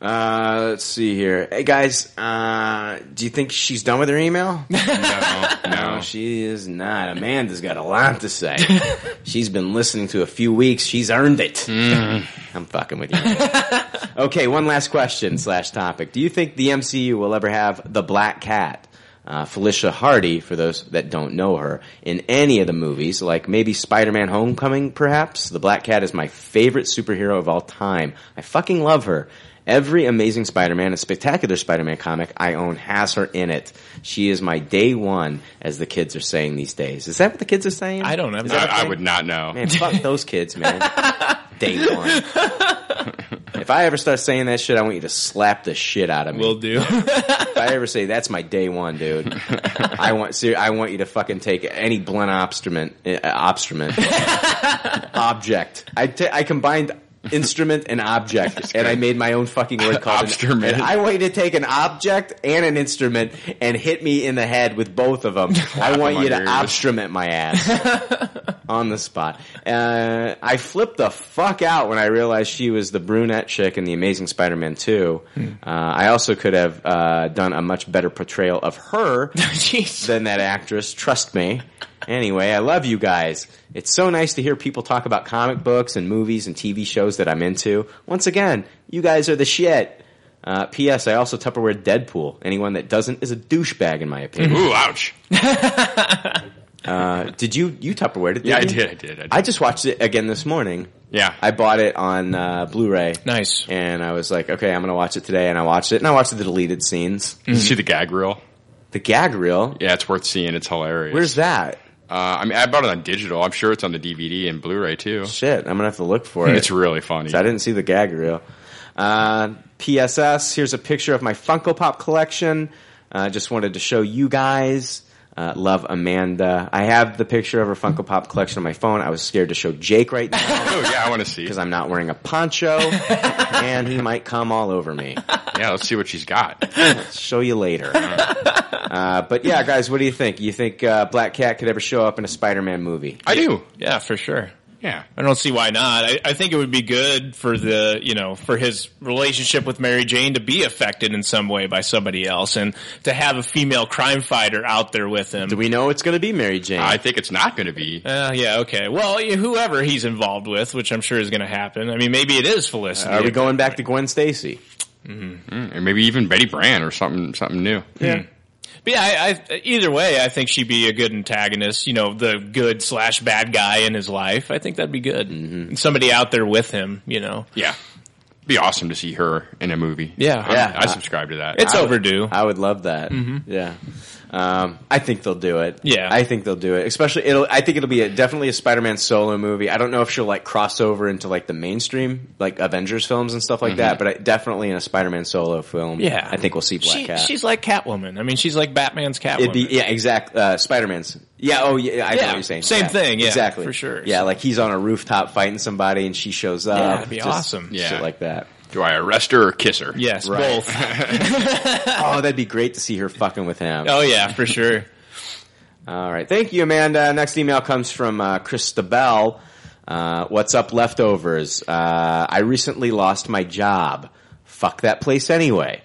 Speaker 1: Uh, let's see here. Hey guys, uh, do you think she's done with her
Speaker 7: (laughs)
Speaker 1: email?
Speaker 2: No, no.
Speaker 1: No, she is not. Amanda's got a lot to say.
Speaker 7: (laughs)
Speaker 1: She's been listening to a few weeks. She's earned it.
Speaker 7: Mm.
Speaker 1: (laughs) I'm fucking with you. okay, one last question slash topic. Do you think the MCU will ever have the Black Cat, uh, Felicia Hardy, for those that don't know her, in any of the movies? Like maybe Spider-Man: Homecoming, perhaps. The Black Cat is my favorite superhero of all time. I fucking love her. Every Amazing Spider-Man and Spectacular Spider-Man comic I own has her in it. She is my day one, as the kids are saying these days. Is that what the kids are saying?
Speaker 7: I don't know.
Speaker 1: Is that a
Speaker 2: I, I
Speaker 1: thing?
Speaker 2: would not know.
Speaker 1: Man, fuck those kids, man. Day one. If I ever start saying that shit, I want you to slap the shit out of me.
Speaker 7: Will do. (laughs)
Speaker 1: if I ever say that's my day one, dude, I want ser- I want you to fucking take any blunt obstrument, uh, obstrument, object. I ta- I combined instrument and object, and I made my own fucking word called an-
Speaker 2: Obstrument.
Speaker 1: and I want you to take an object and an instrument and hit me in the head with both of them. I want
Speaker 2: on
Speaker 1: you
Speaker 2: your
Speaker 1: to
Speaker 2: ears.
Speaker 1: obstrument my ass on the spot. Uh, I flipped the fuck out when I realized she was the brunette chick in The Amazing Spider-Man 2. Uh, I also could have uh, done a much better portrayal of her
Speaker 7: Jeez.
Speaker 1: than that actress. Trust me. Anyway, I love you guys. It's so nice to hear people talk about comic books and movies and TV shows that I'm into. Once again, you guys are the shit. Uh, P.S. I also Tupperware Deadpool. Anyone that doesn't is a douchebag, in my opinion.
Speaker 2: Ooh, ouch.
Speaker 1: Did you you Tupperware it?
Speaker 2: Mm-hmm. Yeah, I
Speaker 1: didn't you?
Speaker 2: did. I did. I did.
Speaker 1: I just watched it again this morning.
Speaker 2: yeah.
Speaker 1: I bought it on uh, Blu-ray.
Speaker 7: Nice.
Speaker 1: And I was like, okay, I'm gonna watch it today, and I watched it, and I watched the deleted scenes,
Speaker 2: Did you see the gag reel?
Speaker 1: the gag reel.
Speaker 2: Yeah, it's worth seeing. It's hilarious.
Speaker 1: Where's that?
Speaker 2: Uh, I mean, I bought it on digital. I'm sure it's on the DVD and Blu-ray too.
Speaker 1: Shit, I'm gonna have to look for it.
Speaker 2: (laughs) It's really funny.
Speaker 1: I didn't see the gag reel. Uh, PSS, here's a picture of my Funko Pop collection. uh, just wanted to show you guys. Uh, love Amanda. I have the picture of her Funko Pop collection on my phone. I was scared to show Jake right now
Speaker 2: Oh yeah, I want
Speaker 1: (laughs)
Speaker 2: to see.
Speaker 1: because I'm not wearing a poncho and he might come all over me.
Speaker 2: Yeah, let's see what she's got.
Speaker 1: show you later. uh, but yeah, guys, what do you think? You think uh, Black Cat could ever show up in a Spider-Man movie?
Speaker 2: I do.
Speaker 7: Yeah, for sure.
Speaker 2: Yeah.
Speaker 7: I don't see why not. I, I think it would be good for the, you know, for his relationship with Mary Jane to be affected in some way by somebody else and to have a female crime fighter out there with him.
Speaker 1: Do we know it's going to be Mary Jane?
Speaker 2: I think it's not going to be.
Speaker 7: Uh, yeah, okay. Well, yeah, whoever he's involved with, which I'm sure is going to happen. I mean, maybe it is Felicity.
Speaker 1: Are we going back to Gwen Stacy?
Speaker 2: Or maybe even Betty Brand or something something new.
Speaker 1: Yeah.
Speaker 7: But yeah, I, I, either way, I think she'd be a good antagonist. You know, the good slash bad guy in his life. I think that'd be good.
Speaker 1: Mm-hmm.
Speaker 7: And somebody out there with him. You know,
Speaker 2: Yeah. Be awesome to see her in a movie.
Speaker 7: Yeah.
Speaker 2: I'm-
Speaker 1: Yeah.
Speaker 2: I subscribe to that.
Speaker 7: it's overdue.
Speaker 1: I would love that. Yeah. Um, I think they'll do it.
Speaker 7: Mm-hmm. Yeah.
Speaker 1: I think they'll do it. Especially, it'll. I think it'll be a, definitely a Spider-Man solo movie. I don't know if she'll like cross over into like the mainstream, like Avengers films and stuff like that. But I, definitely in a Spider-Man solo film,
Speaker 7: Mm-hmm. yeah,
Speaker 1: I think we'll see Black
Speaker 7: She-
Speaker 1: Cat.
Speaker 7: She's like Catwoman. I mean, she's like Batman's Catwoman.
Speaker 1: It'd be yeah, exact. Uh, Spider Man's yeah. Oh yeah, I know what
Speaker 7: Yeah,
Speaker 1: you're saying.
Speaker 7: same thing, yeah,
Speaker 1: exactly
Speaker 7: for sure.
Speaker 1: Yeah, like he's on a rooftop fighting somebody, and she shows up.
Speaker 7: Yeah, that'd be
Speaker 1: Just
Speaker 7: awesome.
Speaker 1: Shit
Speaker 2: Yeah.
Speaker 1: like that.
Speaker 2: Do I arrest her or kiss her?
Speaker 7: yes,
Speaker 1: Right.
Speaker 7: both.
Speaker 1: Oh, that'd be great to see her fucking with him.
Speaker 7: Ah. oh yeah, for sure.
Speaker 1: All right. Thank you, Amanda. Next email comes from uh, Christabel. Uh, what's up, leftovers? Uh, I recently lost my job. Fuck that place anyway.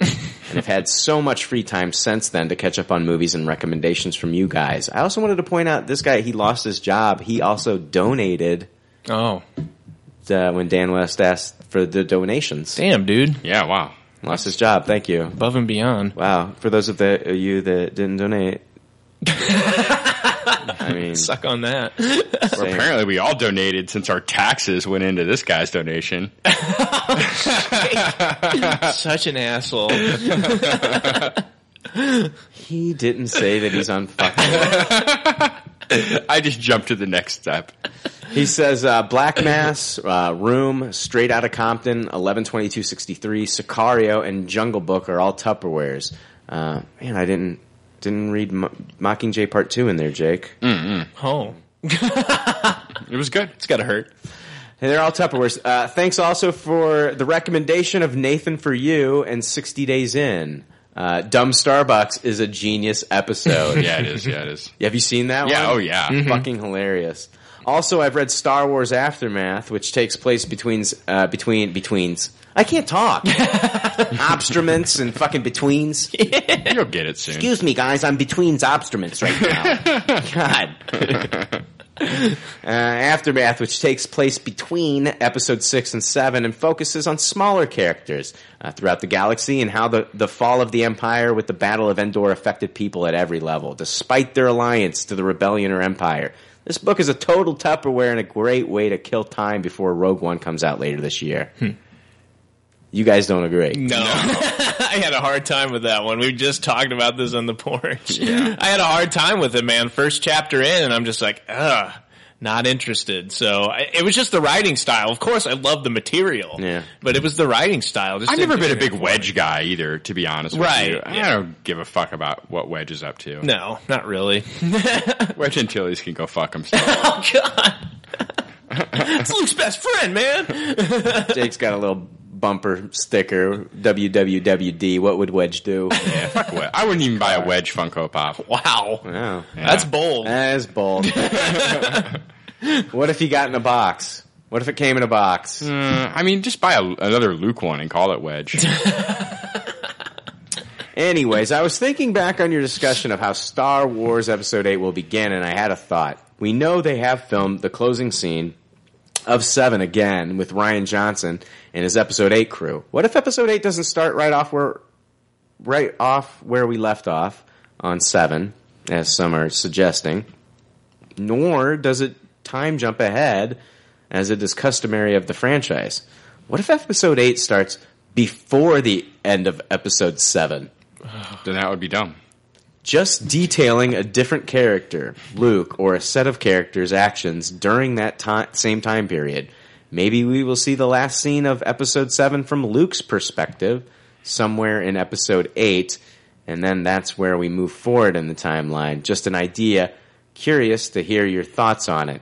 Speaker 1: and I've had so much free time since then to catch up on movies and recommendations from you guys. I also wanted to point out this guy, he lost his job. He also donated
Speaker 7: Oh
Speaker 1: uh, when Dan West asked for the donations.
Speaker 7: damn, dude,
Speaker 2: Yeah. Wow.
Speaker 1: Lost his job. Thank you.
Speaker 7: above and beyond.
Speaker 1: Wow. For those of the, uh, you that didn't donate, I mean,
Speaker 7: Suck on that.
Speaker 2: Well,
Speaker 1: same.
Speaker 2: apparently, we all donated since our taxes went into this guy's donation.
Speaker 7: (laughs)
Speaker 2: (laughs)
Speaker 7: Such an asshole.
Speaker 1: He didn't say that he's on fucking.
Speaker 2: I just jumped to the next step.
Speaker 1: he says uh, Black Mass, uh, Room, Straight Outta Compton, Eleven Twenty Two Sixty Three, Sicario, and Jungle Book are all Tupperwares. Uh, man, I didn't didn't read Mo- Mockingjay Part Two in there, Jake.
Speaker 7: Oh,
Speaker 2: It was good.
Speaker 7: it's gotta hurt.
Speaker 1: And they're all Tupperwares. Uh, thanks also for the recommendation of Nathan for you and Sixty Days In. Uh, Dumb Starbucks is a genius episode.
Speaker 2: (laughs) Yeah, it is. Yeah, it is.
Speaker 1: Have you seen that
Speaker 2: Yeah.
Speaker 1: one?
Speaker 2: Oh, yeah.
Speaker 1: Fucking hilarious. Also, I've read Star Wars Aftermath, which takes place between uh, between betweens. I can't talk. obstruments and fucking betweens.
Speaker 2: You'll get it soon.
Speaker 1: Excuse me, guys. I'm betweens obstruments right now. God. Uh, Aftermath, which takes place between episode six and seven, and focuses on smaller characters uh, throughout the galaxy and how the, the fall of the Empire with the Battle of Endor affected people at every level, despite their alliance to the rebellion or Empire. This book is a total Tupperware and a great way to kill time before Rogue One comes out later this year. You guys don't agree?
Speaker 7: No. (laughs) I had a hard time with that one. We just talked about this on the (laughs) porch. I had a hard time with it, man. First chapter in, and I'm just like, ugh, not interested. So I, it was just the writing style. Of course, I love the material.
Speaker 1: Yeah.
Speaker 7: But it was the writing style. Just
Speaker 2: I've never
Speaker 7: didn't
Speaker 2: been
Speaker 7: do
Speaker 2: a big
Speaker 7: it.
Speaker 2: wedge guy either, to be honest
Speaker 7: Right,
Speaker 2: with you. I
Speaker 7: yeah.
Speaker 2: don't give a fuck about what Wedge is up to.
Speaker 7: No, not (laughs) really.
Speaker 2: Wedge Antilles can go fuck himself.
Speaker 7: Oh, God. (laughs) it's Luke's best friend, man.
Speaker 1: Jake's got a little bumper sticker. WWWD. What would Wedge do?
Speaker 2: yeah, fuck Wedge. I wouldn't even buy a Wedge Funko Pop.
Speaker 7: (laughs) Wow.
Speaker 1: Wow.
Speaker 7: That's bold.
Speaker 1: That is bold. (laughs) what if he got in a box? What if it came in a box?
Speaker 2: Uh, I mean, just buy a, another Luke one and call it Wedge.
Speaker 1: Anyways, I was thinking back on your discussion of how Star Wars Episode 8 will begin, and I had a thought. We know they have filmed the closing scene of 7 again with Ryan Johnson and his Episode 8 crew. What if Episode 8 doesn't start right off where, right off where we left off on 7, as some are suggesting, nor does it time jump ahead as it is customary of the franchise? What if Episode 8 starts before the end of Episode 7?
Speaker 2: then that would be dumb.
Speaker 1: just detailing a different character, Luke, or a set of characters' actions during that ti same time period. Maybe we will see the last scene of episode 7 from Luke's perspective somewhere in episode 8, and then that's where we move forward in the timeline. Just an idea. Curious to hear your thoughts on it.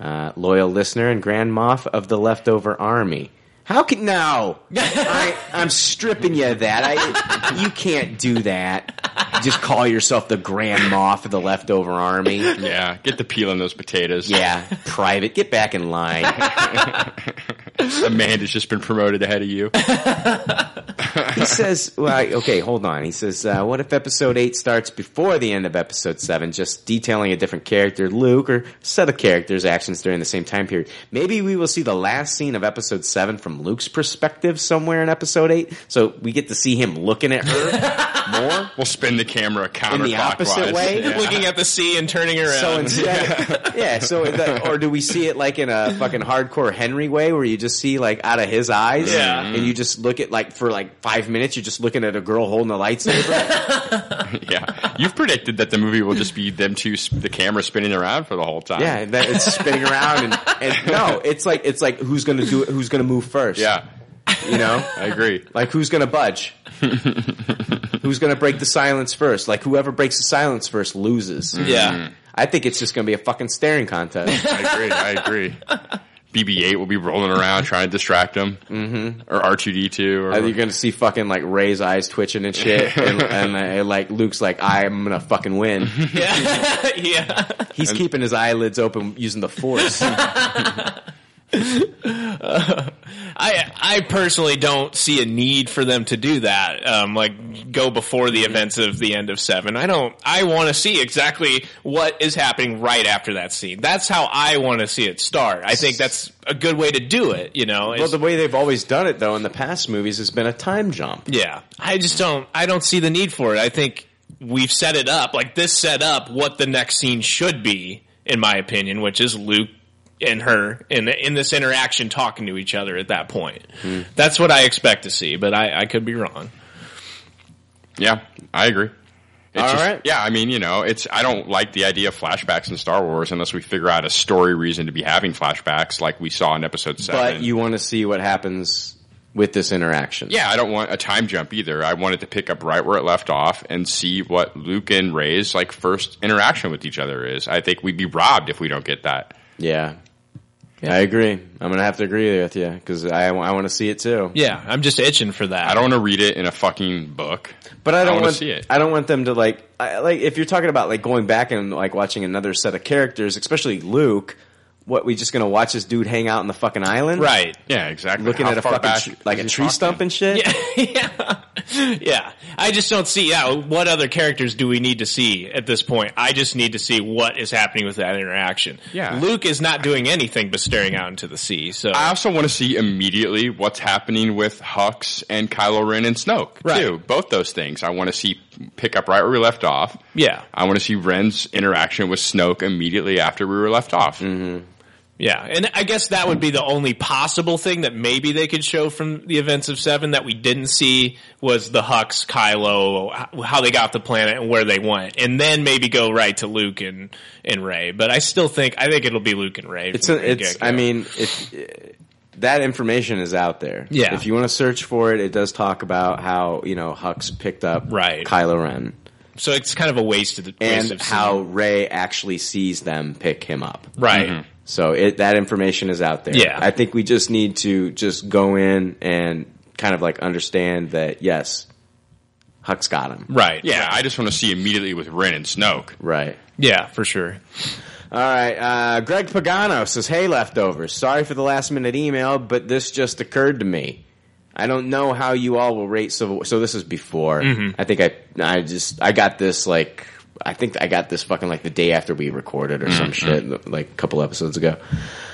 Speaker 1: Uh, loyal listener and Grand Moff of the Leftover Army. How can no? I, I'm stripping you of that. I, you can't do that. Just call yourself the Grand Moff of the Leftover Army.
Speaker 2: Yeah, get the peel on those potatoes.
Speaker 1: Yeah, private, get back in line.
Speaker 2: The man has just been promoted ahead of you.
Speaker 1: He says, well, I- okay, hold on. He says, uh, what if episode 8 starts before the end of episode 7, just detailing a different character, Luke, or set of characters' actions during the same time period? Maybe we will see the last scene of episode 7 from Luke's perspective somewhere in episode 8, so we get to see him looking at her more.
Speaker 2: We'll spin the camera counterclockwise.
Speaker 1: In the opposite way?
Speaker 2: Yeah.
Speaker 7: Looking at the sea and turning around.
Speaker 1: So instead, yeah. So, the, or do we see it like in a fucking hardcore Henry way, where you just see like out of his eyes,
Speaker 7: Yeah.
Speaker 1: and you just look at like for like five minutes, you're just looking at a girl holding a lightsaber.
Speaker 2: (laughs) yeah. You've predicted that the movie will just be them two, sp- the camera spinning around for the whole time.
Speaker 1: yeah, that it's spinning around, and,
Speaker 2: (laughs)
Speaker 1: and no, it's like it's like who's gonna do it? Who's gonna move first?
Speaker 2: Yeah,
Speaker 1: you know,
Speaker 2: I agree.
Speaker 1: like who's gonna
Speaker 2: (laughs)
Speaker 1: budge? who's gonna break the silence first? Like whoever breaks the silence first loses.
Speaker 7: yeah.
Speaker 1: I think it's just gonna be a fucking staring contest.
Speaker 2: (laughs) I agree. I agree. BB-8 will be rolling around trying to distract him, mm-hmm. or R2D2, or
Speaker 1: Uh, You're gonna see fucking like Ray's eyes twitching and shit, and,
Speaker 2: (laughs)
Speaker 1: and uh, like Luke's like, I'm gonna fucking win.
Speaker 7: Yeah. (laughs) yeah.
Speaker 1: He's keeping his eyelids open using the
Speaker 2: (laughs)
Speaker 1: force.
Speaker 7: I I personally don't see a need for them to do that. Um, like go before
Speaker 1: Mm-hmm.
Speaker 7: the events of the end of seven. I don't. I want to see exactly what is happening right after that scene. That's how I want to see it start. I think that's a good way to do it. You know.
Speaker 1: well,
Speaker 7: It's-
Speaker 1: the way they've always done it though in the past movies has been a time jump.
Speaker 7: yeah. I just don't. I don't see the need for it. I think we've set it up. Like this set up what the next scene should be, in my opinion, which is Luke. And her in in this interaction talking to each other at that point.
Speaker 2: Hmm.
Speaker 7: That's what I expect to see, but I, I could be wrong.
Speaker 2: yeah, I agree. It's
Speaker 1: All
Speaker 2: just-
Speaker 1: right.
Speaker 2: Yeah, I mean, you know, it's I don't like the idea of flashbacks in Star Wars unless we figure out a story reason to be having flashbacks, like we saw in Episode Seven.
Speaker 1: But you want to see what happens with this interaction.
Speaker 2: yeah, I don't want a time jump either. I wanted to pick up right where it left off and see what Luke and Ray's like first interaction with each other is. I think we'd be robbed if we don't get that.
Speaker 1: yeah, I agree. I'm gonna have to agree with you because I, want to see it too.
Speaker 7: Yeah, I'm just itching for that.
Speaker 2: I don't want to read it in a fucking book.
Speaker 1: But I don't
Speaker 2: wanna
Speaker 1: want
Speaker 2: see it.
Speaker 1: I don't want them to like I, like if you're talking about like going back and like watching another set of characters, especially Luke. what we just gonna watch this dude hang out on the fucking island,
Speaker 7: (laughs) Right.
Speaker 2: Yeah, exactly.
Speaker 1: Looking
Speaker 2: How
Speaker 1: at a
Speaker 2: far
Speaker 1: fucking
Speaker 2: back
Speaker 1: tr- like a
Speaker 2: is he
Speaker 1: tree
Speaker 2: talking?
Speaker 1: stump and shit.
Speaker 7: yeah. (laughs) yeah. I just don't see, yeah, what other characters do we need to see at this point? I just need to see what is happening with that interaction.
Speaker 2: Yeah.
Speaker 7: Luke is not doing anything but staring out into the sea, so.
Speaker 2: I also want to see immediately what's happening with Hux and Kylo Ren and Snoke
Speaker 7: Right.
Speaker 2: too. Both those things I want to see pick up right where we left off.
Speaker 7: yeah. uh,
Speaker 2: I want to see Ren's interaction with Snoke immediately after we were left off.
Speaker 1: Mm-hmm.
Speaker 7: Yeah. And I guess that would be the only possible thing that maybe they could show from the events of Seven that we didn't see was the Hux, Kylo, h- how they got the planet and where they went. And then maybe go right to Luke and, and Ray. But I still think, I think it'll be Luke and Ray.
Speaker 1: It's
Speaker 7: from
Speaker 1: a,
Speaker 7: the
Speaker 1: it's.
Speaker 7: get-go.
Speaker 1: I mean, it, that information is out there.
Speaker 7: Yeah.
Speaker 1: If you want to search for it, it does talk about how you know Hux picked up
Speaker 7: Right.
Speaker 1: Kylo Ren
Speaker 7: so it's kind of a wasted, waste
Speaker 1: and
Speaker 7: of scene.
Speaker 1: how Ray actually sees them pick him up.
Speaker 7: Right.
Speaker 1: So it, that information is out there.
Speaker 7: Yeah.
Speaker 1: I think we just need to just go in and kind of like understand that yes, Hux got him.
Speaker 7: Right.
Speaker 2: Yeah, I just want to see immediately with Ren and Snoke.
Speaker 1: Right.
Speaker 7: Yeah, for sure.
Speaker 1: All right. Uh, Greg Pagano says, "Hey, leftovers. Sorry for the last minute email, but this just occurred to me. I don't know how you all will rate Civil War. So this is before. I think I, I just, I got this like, I think I got this fucking like the day after we recorded or some shit, like a couple episodes ago.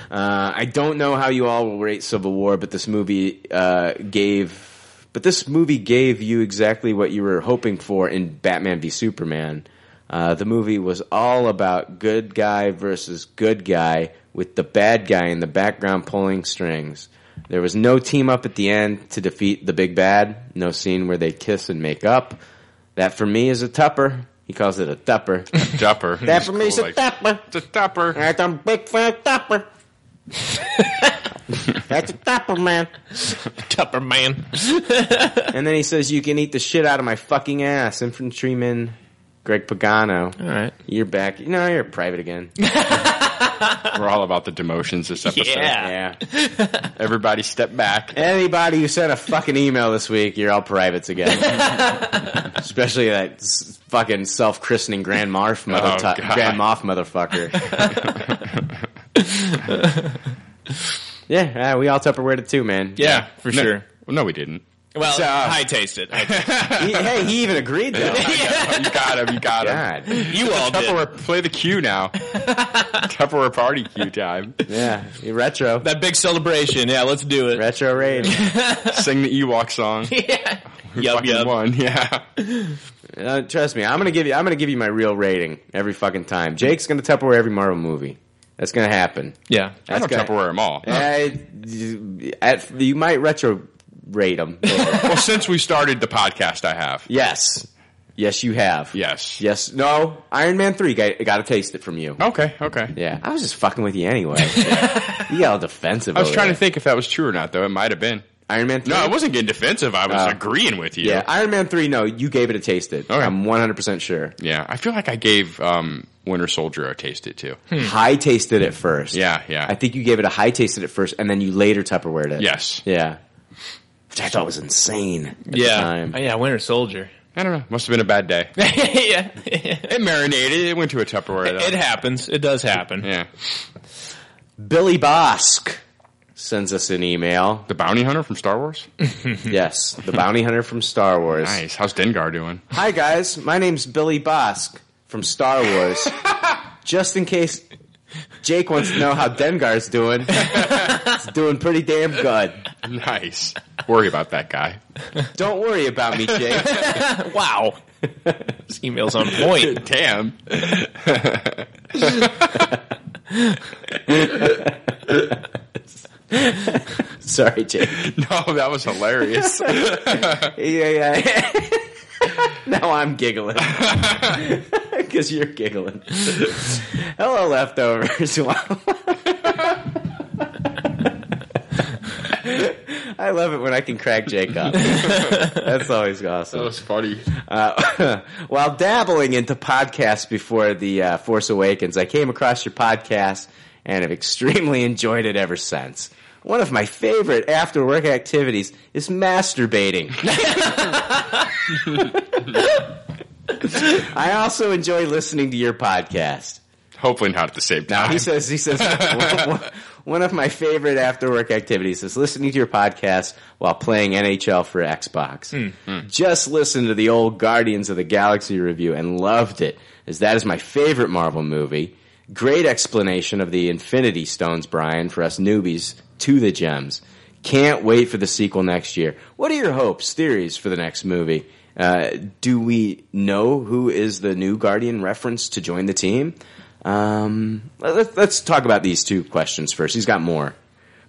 Speaker 1: Uh, I don't know how you all will rate Civil War, but this movie uh, gave." But this movie gave you exactly what you were hoping for in Batman v Superman. Uh, the movie was all about good guy versus good guy, with the bad guy in the background pulling strings. There was no team up at the end to defeat the big bad. No scene where they kiss and make up. That for me is a tupper. He calls it a tupper.
Speaker 2: Dupper.
Speaker 1: that for me is a
Speaker 2: Like,
Speaker 1: tupper.
Speaker 2: It's a Dupper.
Speaker 1: That's a big fat
Speaker 2: (laughs)
Speaker 1: tupper. That's a tupper, man.
Speaker 7: Tupper man.
Speaker 1: And then he says, "You can eat the shit out of my fucking ass, infantryman." Greg Pagano,
Speaker 7: All right.
Speaker 1: you're back. No, you're private
Speaker 2: (laughs)
Speaker 1: again.
Speaker 2: We're all about the demotions this episode.
Speaker 7: Yeah.
Speaker 1: (laughs) Yeah.
Speaker 2: Everybody step back.
Speaker 1: Anybody who sent a fucking email this week, you're all privates
Speaker 2: (laughs)
Speaker 1: again. Especially that s- fucking self christening Grand Marf mother
Speaker 2: Oh,
Speaker 1: tu-
Speaker 2: God.
Speaker 1: Grand Moff
Speaker 2: (laughs)
Speaker 1: motherfucker. yeah, uh, we all Tupperware it too, man.
Speaker 7: Yeah, for
Speaker 2: No-
Speaker 7: sure. uh,
Speaker 2: Well, no, we didn't.
Speaker 7: Well,
Speaker 1: So-
Speaker 7: I (laughs) taste it. I-
Speaker 1: He- hey, he even agreed
Speaker 2: (laughs)
Speaker 1: though.
Speaker 2: You got him. You got him.
Speaker 1: God.
Speaker 7: you all did.
Speaker 2: Tupperware, play the cue
Speaker 7: (laughs)
Speaker 2: now. Tupperware party cue time.
Speaker 1: Yeah, he retro.
Speaker 7: That big celebration. Yeah, let's do it.
Speaker 1: Retro raid.
Speaker 2: Sing the Ewok
Speaker 7: (laughs)
Speaker 2: song.
Speaker 7: Yum,
Speaker 2: Fucking
Speaker 7: yum.
Speaker 2: One, yeah.
Speaker 1: Uh, trust me, I'm gonna give you. I'm gonna give you my real rating every fucking time. Jake's gonna Tupperware every Marvel movie. That's gonna happen.
Speaker 7: Yeah.
Speaker 2: I
Speaker 1: That's
Speaker 2: don't
Speaker 1: gonna-
Speaker 2: Tupperware them all.
Speaker 1: I- you- at, you might retro rate them.
Speaker 2: Well, since we started the podcast, I have.
Speaker 1: yes, yes, you have.
Speaker 2: Yes.
Speaker 1: yes. No, Iron Man three. Got, got to taste it from you.
Speaker 2: Okay. Okay.
Speaker 1: Yeah, I was just fucking with you
Speaker 2: (laughs)
Speaker 1: anyway. you got all defensive.
Speaker 2: I was trying to think if that was true or not, though. It might have been.
Speaker 1: Iron Man. 3?
Speaker 2: No, I wasn't getting defensive. I was
Speaker 1: Oh.
Speaker 2: agreeing with you.
Speaker 1: Yeah, Iron Man three. No, you gave it a taste. It.
Speaker 2: Okay.
Speaker 1: I'm 100 percent sure.
Speaker 2: Yeah, I feel like I gave um, Winter Soldier a taste it too.
Speaker 7: Hmm.
Speaker 1: High tasted it first.
Speaker 2: Yeah, yeah.
Speaker 1: I think you gave it a high tasted it first, and then you later Tupperware it.
Speaker 2: Yes.
Speaker 1: Yeah. Which I thought was insane. At The
Speaker 7: Yeah.
Speaker 1: time.
Speaker 7: Oh, yeah,
Speaker 2: (laughs)
Speaker 7: Winter Soldier.
Speaker 2: I don't know. Must have been a bad day.
Speaker 7: yeah.
Speaker 2: It marinated. It went to a Tupperware. Though.
Speaker 7: It happens. It does happen.
Speaker 2: yeah.
Speaker 1: Billy Bosk sends us an email.
Speaker 2: The bounty hunter from Star (laughs) Wars.
Speaker 1: Yes, the bounty hunter from Star Wars.
Speaker 2: Hmm. Nice. How's Dengar doing?
Speaker 1: Hi guys, my name's Billy Bosk from Star
Speaker 2: (laughs)
Speaker 1: Wars. Just in case Jake wants to know how Dengar's doing, it's doing pretty damn good.
Speaker 2: (laughs) Nice. Worry about that guy.
Speaker 1: Don't worry about me,
Speaker 2: (laughs)
Speaker 1: Jake.
Speaker 7: Wow. this email's on
Speaker 2: (laughs)
Speaker 7: point.
Speaker 2: Damn.
Speaker 1: Sorry, Jake.
Speaker 2: No, that was hilarious.
Speaker 1: Yeah, yeah. (laughs) now I'm giggling. (laughs) Because you're giggling. Hello, leftovers. (laughs) I love it when I can crack Jake up. That's always awesome.
Speaker 2: that was funny.
Speaker 1: Uh, (laughs) while dabbling into podcasts before the uh, Force Awakens, I came across your podcast and have extremely (laughs) enjoyed it ever since. One of my favorite after work activities is masturbating. (laughs) I also enjoy listening to your podcast.
Speaker 2: Hopefully not at the same
Speaker 1: Now
Speaker 2: time.
Speaker 1: he says he says (laughs) one- one- one of my favorite after work activities is listening to your podcast while playing NHL for Xbox. Just listened to the old Guardians of the Galaxy review and loved it, as that is my favorite Marvel movie. Great explanation of the Infinity Stones, Brian, for us newbies to the gems. Can't wait for the sequel next year. What are your hopes, theories for the next movie? Uh, do we know who is the new Guardian reference to join the team? Um, let's, let's talk about these two questions first. He's got more.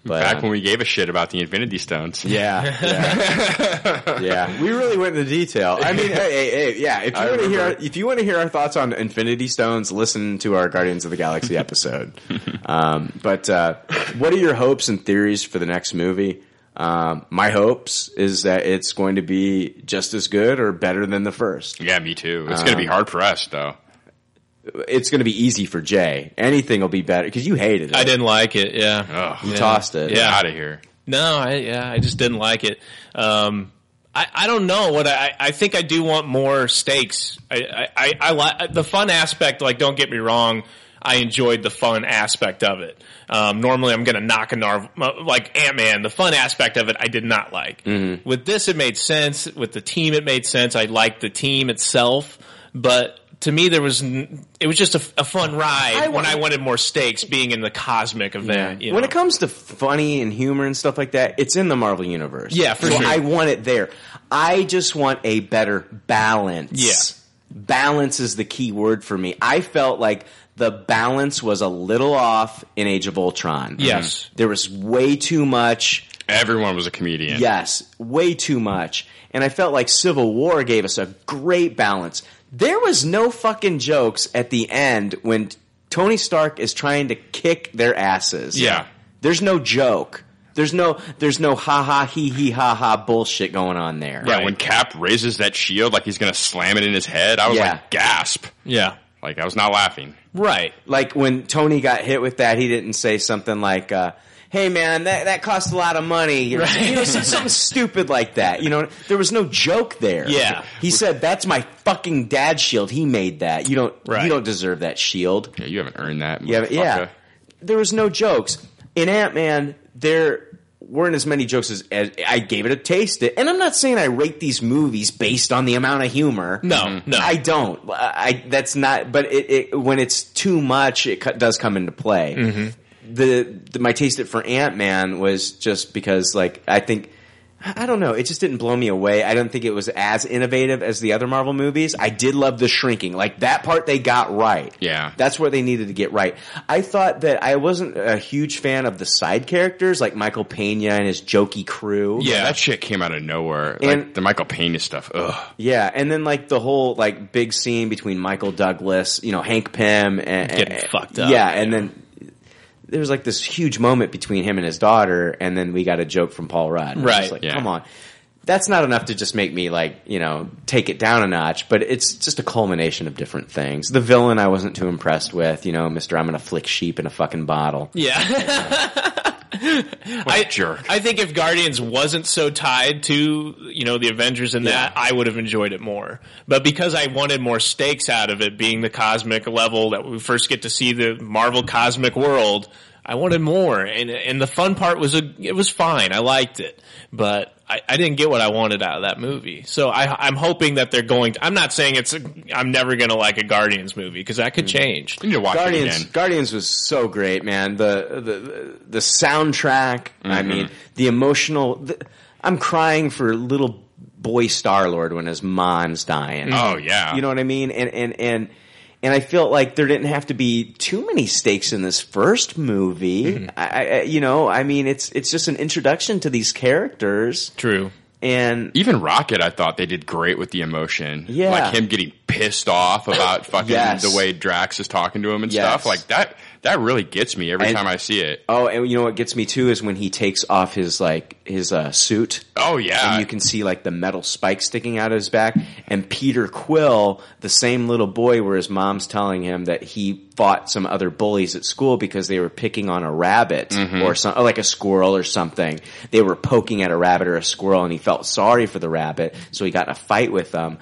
Speaker 1: But,
Speaker 2: Back
Speaker 1: uh,
Speaker 2: when we gave a shit about the Infinity Stones.
Speaker 1: yeah, yeah,
Speaker 2: (laughs)
Speaker 1: yeah. We really went into detail. I mean, hey, hey, hey, yeah. If you
Speaker 2: I
Speaker 1: want to hear,
Speaker 2: remember.
Speaker 1: if you want to hear our thoughts on Infinity Stones, listen to our Guardians of the (laughs) Galaxy episode. um, but uh, what are your hopes and theories for the next movie? Um, my hopes is that it's going to be just as good or better than the first.
Speaker 2: Yeah, me too. It's going to be hard for us, though.
Speaker 1: It's going to be easy for Jay. Anything will be better because you hated it.
Speaker 7: I didn't like it. Yeah.
Speaker 2: Ugh.
Speaker 1: You tossed it.
Speaker 7: Yeah.
Speaker 2: Out of here.
Speaker 7: No, I, yeah, I just didn't like it. Um, I, I don't know what I, I think I do want more stakes. I, I, I, I li- the fun aspect, like, don't get me wrong. I enjoyed the fun aspect of it. Um, normally I'm going to knock a Narv, like Ant-Man, the fun aspect of it I did not like. With this, it made sense. With the team, it made sense. I liked the team itself, but to me, there was, n- it was just a, a fun ride when I wanted more stakes being in the cosmic event. you
Speaker 1: When
Speaker 7: know?
Speaker 1: it comes to funny and humor and stuff like that, it's in the Marvel universe.
Speaker 7: Yeah, for
Speaker 1: So
Speaker 7: sure.
Speaker 1: I want it there. I just want a better balance. Yeah. Balance is the key word for me. I felt like the balance was a little off in Age of Ultron. Mm-hmm.
Speaker 7: Yes.
Speaker 1: There was way too much.
Speaker 2: Everyone was a comedian.
Speaker 1: Yes, way too much. And I felt like Civil War gave us a great balance. There was no fucking jokes at the end when Tony Stark is trying to kick their asses.
Speaker 2: Yeah.
Speaker 1: There's no joke. There's no there's no ha ha he he ha ha bullshit going on there.
Speaker 2: Yeah, when Cap raises that shield like he's going to slam it in his head, I was
Speaker 1: Yeah.
Speaker 2: like, gasp.
Speaker 7: yeah.
Speaker 2: Like, I was not laughing.
Speaker 7: Right.
Speaker 1: Like when Tony got hit with that, he didn't say something like, uh, "Hey man, that that cost a lot of money." Or, You know, some- something stupid like that. You know, there was no joke there.
Speaker 7: Yeah.
Speaker 1: he said, "That's my fucking dad shield. He made that. You don't
Speaker 7: Right.
Speaker 1: you don't deserve that shield."
Speaker 2: Yeah, you haven't earned that.
Speaker 1: Yeah, but yeah.
Speaker 2: motherfucker.
Speaker 1: There was no jokes in Ant Man. There weren't as many jokes as, as I gave it a taste. It, and I'm not saying I rate these movies based on the amount of humor.
Speaker 7: No, no.
Speaker 1: I don't. I I- that's not. But it, it when it's too much, it co- does come into play. The, the my taste it for Ant Man was just because like I think. I don't know. It just didn't blow me away. I don't think it was as innovative as the other Marvel movies. I did love the shrinking. Like that part they got right.
Speaker 2: Yeah.
Speaker 1: That's where they needed to get right. I thought that I wasn't a huge fan of the side characters like Michael Pena and his jokey crew.
Speaker 2: Yeah, that shit came out of nowhere.
Speaker 1: And-
Speaker 2: like the Michael Pena stuff. Ugh.
Speaker 1: Yeah, and then like the whole like big scene between Michael Douglas, you know, Hank Pym, and
Speaker 7: Getting
Speaker 1: and-
Speaker 7: fucked up.
Speaker 1: Yeah, and then there was like this huge moment between him and his daughter, and then we got a joke from Paul Rudd. And I was
Speaker 7: Right,
Speaker 1: just like
Speaker 2: yeah.
Speaker 1: come on, that's not enough to just make me like you know take it down a notch. But it's just a culmination of different things. The villain I wasn't too impressed with. You know, Mister, I'm gonna flick sheep in a fucking bottle.
Speaker 7: Yeah. I,
Speaker 2: jerk.
Speaker 7: I think if Guardians wasn't so tied to, you know, the Avengers and that, I would have enjoyed it more. But because I wanted more stakes out of it, being the cosmic level that we first get to see the Marvel cosmic world, I wanted more. And, and the fun part was, a, it was fine. I liked it. But I, I didn't get what I wanted out of that movie. So I, I'm hoping that they're going to, I'm not saying it's, a, I'm never going to like a Guardians movie because that could change.
Speaker 2: You need to watch it
Speaker 1: Guardians
Speaker 2: again.
Speaker 1: Guardians was so great, man. The the the soundtrack.
Speaker 2: Mm-hmm.
Speaker 1: I mean, the emotional. The, I'm crying for little boy Star Lord when his mom's dying.
Speaker 2: Oh, yeah.
Speaker 1: You know what I mean? And and and and I felt like there didn't have to be too many stakes in this first movie.
Speaker 2: Mm-hmm.
Speaker 1: I, I, you know, I mean, it's it's just an introduction to these characters,
Speaker 7: True.
Speaker 1: and
Speaker 2: Even Rocket, I thought they did great with the emotion.
Speaker 1: Yeah.
Speaker 2: Like him getting pissed
Speaker 1: (coughs)
Speaker 2: off about fucking
Speaker 1: Yes.
Speaker 2: the way Drax is talking to him and
Speaker 1: Yes.
Speaker 2: stuff. Like that, that really gets me every
Speaker 1: And-
Speaker 2: time I see it.
Speaker 1: oh, and you know what gets me too is when he takes off his like his uh, suit.
Speaker 2: Oh, yeah.
Speaker 1: and you can see like the metal spike sticking out of his back. And Peter Quill, the same little boy where his mom's telling him that he fought some other bullies at school because they were picking on a rabbit or some, or like a squirrel or something. They were poking at a rabbit or a squirrel and he felt sorry for the rabbit. So he got in a fight with them.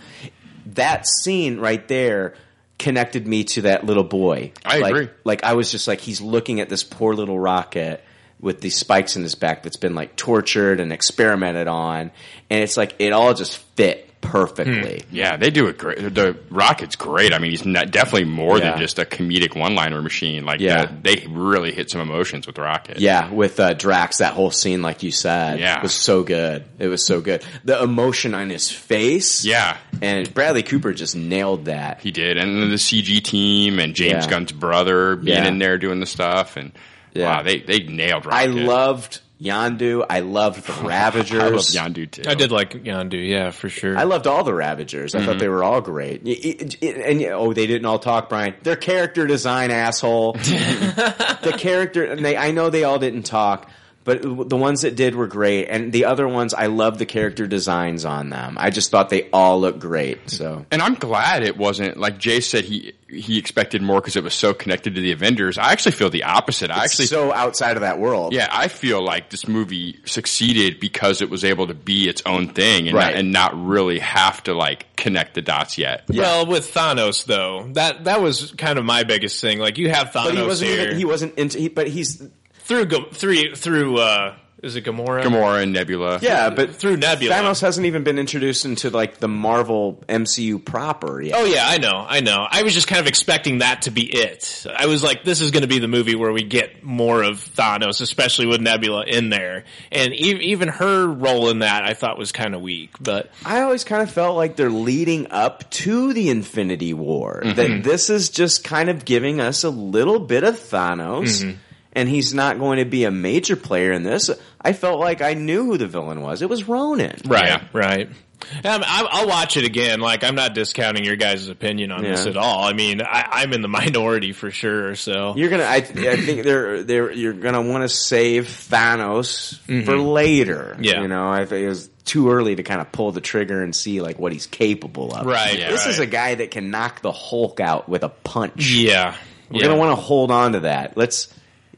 Speaker 1: That scene right there connected me to that little boy.
Speaker 2: I
Speaker 1: Like-
Speaker 2: agree.
Speaker 1: Like I was just like he's looking at this poor little rocket with these spikes in his back that's been like tortured and experimented on, and it's like it all just fit perfectly.
Speaker 2: Yeah, they do it great. The Rocket's great. I mean, he's not, definitely more
Speaker 1: Yeah.
Speaker 2: than just a comedic one-liner machine. Like,
Speaker 1: Yeah.
Speaker 2: that- they really hit some emotions with Rocket.
Speaker 1: Yeah, with uh, Drax, that whole scene, like you said,
Speaker 2: Yeah.
Speaker 1: was so good. It was so good. The emotion on his face,
Speaker 2: Yeah.
Speaker 1: and Bradley Cooper just nailed that.
Speaker 2: He did, and then the CG team and James
Speaker 1: Yeah.
Speaker 2: Gunn's brother being
Speaker 1: Yeah.
Speaker 2: in there doing the stuff, and
Speaker 1: Yeah.
Speaker 2: wow, they they nailed. Rocket.
Speaker 1: I loved Yandu. I loved the Ravagers.
Speaker 2: (laughs) I love Yondu too.
Speaker 7: I did like Yondu, yeah, for sure.
Speaker 1: I loved all the Ravagers. I
Speaker 7: Mm-hmm.
Speaker 1: thought they were all great. Y- y- y- And y- oh, they didn't all talk, Brian. Their character design,
Speaker 7: (laughs)
Speaker 1: asshole. the character, and they. I know they all didn't talk, but the ones that did were great, and the other ones, I loved the character designs on them. I just thought they all looked great. So
Speaker 2: And I'm glad it wasn't like Jay said he he expected more because it was so connected to the Avengers. I actually feel the opposite. I actually
Speaker 1: so outside of that world.
Speaker 2: Yeah, I feel like this movie succeeded because it was able to be its own thing and,
Speaker 1: Right.
Speaker 2: not, and not really have to like connect the dots yet.
Speaker 7: Well, with Thanos though, that that was kind of my biggest thing. Like you have Thanos
Speaker 1: but he wasn't.
Speaker 7: here
Speaker 1: Even, he wasn't into. He, but he's.
Speaker 7: through Ga- through through uh, is it Gamora?
Speaker 2: Gamora and Nebula.
Speaker 1: Yeah, but
Speaker 7: Through Nebula.
Speaker 1: Thanos hasn't even been introduced into like the Marvel MCU proper yet.
Speaker 7: Oh yeah, I know, I know. I was just kind of expecting that to be it. I was like, this is going to be the movie where we get more of Thanos, especially with Nebula in there, and e- even her role in that I thought was kind of weak. But
Speaker 1: I always kind of felt like they're leading up to the Infinity War.
Speaker 7: Mm-hmm.
Speaker 1: That this is just kind of giving us a little bit of Thanos,
Speaker 7: Mm-hmm.
Speaker 1: and he's not going to be a major player in this. I felt like I knew who the villain was. It was Ronan.
Speaker 7: Right,
Speaker 2: Yeah.
Speaker 7: right. Um, I, I'll watch it again. Like I'm not discounting your guys' opinion on this
Speaker 1: Yeah.
Speaker 7: at all. I mean, I, I'm in the minority for sure. So
Speaker 1: You're gonna. I, I think they're they're you're gonna want to save Thanos for later.
Speaker 7: Mm-hmm. Yeah.
Speaker 1: you know, I think it was too early to kind of pull the trigger and see like what he's capable of.
Speaker 7: Right, yeah,
Speaker 1: this is a
Speaker 7: right.
Speaker 1: guy that can knock the Hulk out with a punch.
Speaker 7: yeah,
Speaker 1: We're gonna want to hold on to that. Let's.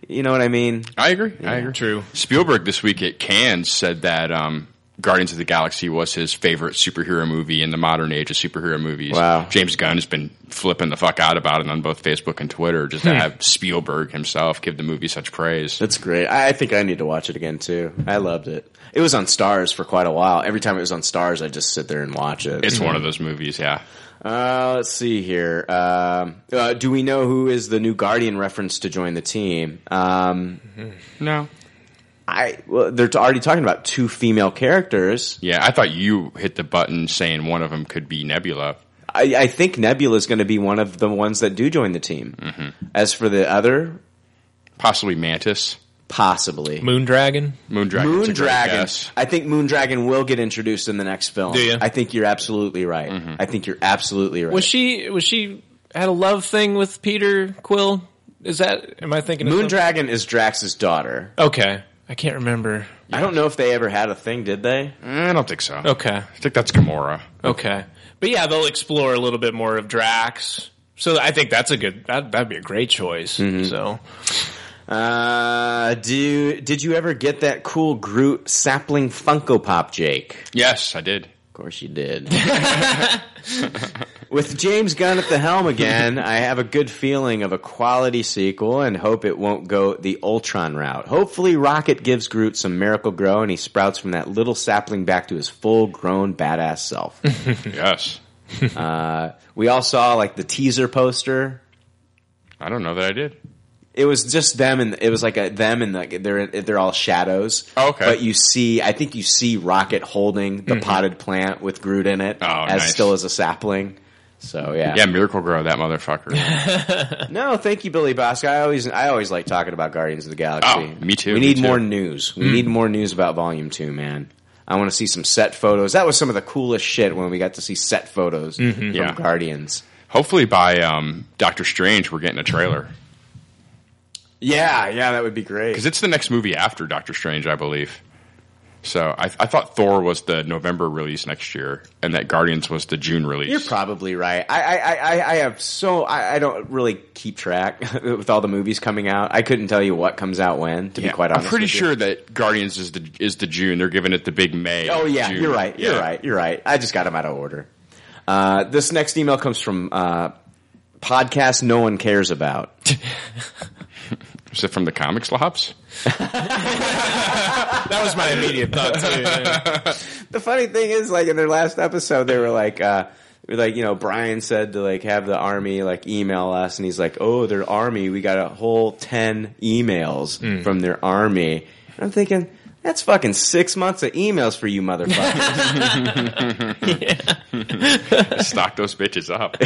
Speaker 1: You know what I mean?
Speaker 2: I agree. I agree.
Speaker 7: True.
Speaker 2: Spielberg this week at Cannes said that um, Guardians of the Galaxy was his favorite superhero movie in the modern age of superhero movies.
Speaker 1: Wow.
Speaker 2: James Gunn has been flipping the fuck out about it on both Facebook and Twitter just to have Spielberg himself give the movie such praise.
Speaker 1: That's great. I, I think I need to watch it again too. I loved it. It was on Stars for quite a while. Every time it was on Stars, I just sit there and watch it.
Speaker 2: It's one of those movies, yeah.
Speaker 1: Uh, let's see here. Um, uh, do we know who is the new Guardian reference to join the team? Um,
Speaker 2: No.
Speaker 1: I well, they're t- already talking about two female characters.
Speaker 2: Yeah, I thought you hit the button saying one of them could be Nebula.
Speaker 1: I, I think Nebula is going to be one of the ones that do join the team. As for the other,
Speaker 2: Possibly Mantis.
Speaker 1: possibly.
Speaker 7: Moondragon.
Speaker 2: Moondragon.
Speaker 1: Moon Dragon. I think Moon Dragon will get introduced in the next film.
Speaker 7: Do ya? Mm-hmm.
Speaker 1: I think you're absolutely right. I think you're absolutely right.
Speaker 7: Was she was she had a love thing with Peter Quill? Is that am I thinking of
Speaker 1: Moon
Speaker 7: something?
Speaker 1: Dragon is Drax's daughter.
Speaker 7: Okay, I can't remember.
Speaker 1: I don't know if they ever had a thing, did they?
Speaker 2: I don't think so.
Speaker 7: Okay,
Speaker 2: I think that's Gamora.
Speaker 7: okay, but yeah, they'll explore a little bit more of Drax. So I think that's a good that that'd be a great choice. So
Speaker 1: Uh, do did you ever get that cool Groot sapling Funko Pop, Jake?
Speaker 2: Yes, I did.
Speaker 1: Of course you
Speaker 2: (laughs)
Speaker 1: did. With James Gunn at the helm again, I have a good feeling of a quality sequel and hope it won't go the Ultron route. Hopefully Rocket gives Groot some miracle grow and he sprouts from that little sapling back to his full grown badass
Speaker 2: (laughs)
Speaker 1: self.
Speaker 2: Yes.
Speaker 1: we all saw like the teaser poster
Speaker 2: I don't know that I did.
Speaker 1: it was just them and it was like a them and like they're they're all shadows.
Speaker 2: Okay. Mm-hmm.
Speaker 1: But you see, I think you see Rocket holding the potted plant with Groot in it,
Speaker 2: Oh,
Speaker 1: as
Speaker 2: nice.
Speaker 1: still as a sapling. So yeah.
Speaker 2: Yeah, Miracle Grow, that
Speaker 1: (laughs)
Speaker 2: motherfucker.
Speaker 1: No, thank you, Billy Bosk. I always I always like talking about Guardians of the Galaxy.
Speaker 2: Oh, me too,
Speaker 1: We
Speaker 2: me
Speaker 1: need
Speaker 2: too. Mm.
Speaker 1: more news. We need more news about Volume Two, man. I want to see some set photos. That was some of the coolest shit when we got to see set photos from
Speaker 2: Mm-hmm. Yeah.
Speaker 1: Guardians.
Speaker 2: Hopefully by um, Doctor Strange, we're getting a trailer.
Speaker 1: Mm-hmm. Yeah, yeah, that would be great.
Speaker 2: Because it's the next movie after Doctor Strange, I believe. So I, I thought Thor was the November release next year, and that Guardians was the June release.
Speaker 1: You're probably right. I I, I- I, I have so I, I don't really keep track (laughs) with all the movies coming out. I couldn't tell you what comes out when. To
Speaker 2: Yeah,
Speaker 1: be quite honest,
Speaker 2: I'm pretty
Speaker 1: with you.
Speaker 2: sure that Guardians is the is the June. They're giving it the big May.
Speaker 1: Oh yeah,
Speaker 2: June.
Speaker 1: you're right. You're
Speaker 2: Yeah.
Speaker 1: right. You're right. I just got them out of order. Uh, this next email comes from uh, podcast no one cares about. (laughs)
Speaker 2: Is it from the
Speaker 1: (laughs)
Speaker 2: comic slops?
Speaker 7: That was my immediate thought too. yeah.
Speaker 1: the funny thing is, like in their last episode, they were like, uh, they were like you know, Brian said to like have the army like email us, and he's like, oh, their army, we got a whole ten emails
Speaker 2: Hmm.
Speaker 1: from their army. And I'm thinking that's fucking six months of emails for you, motherfucker.
Speaker 2: Stock those bitches
Speaker 1: (laughs)
Speaker 2: up.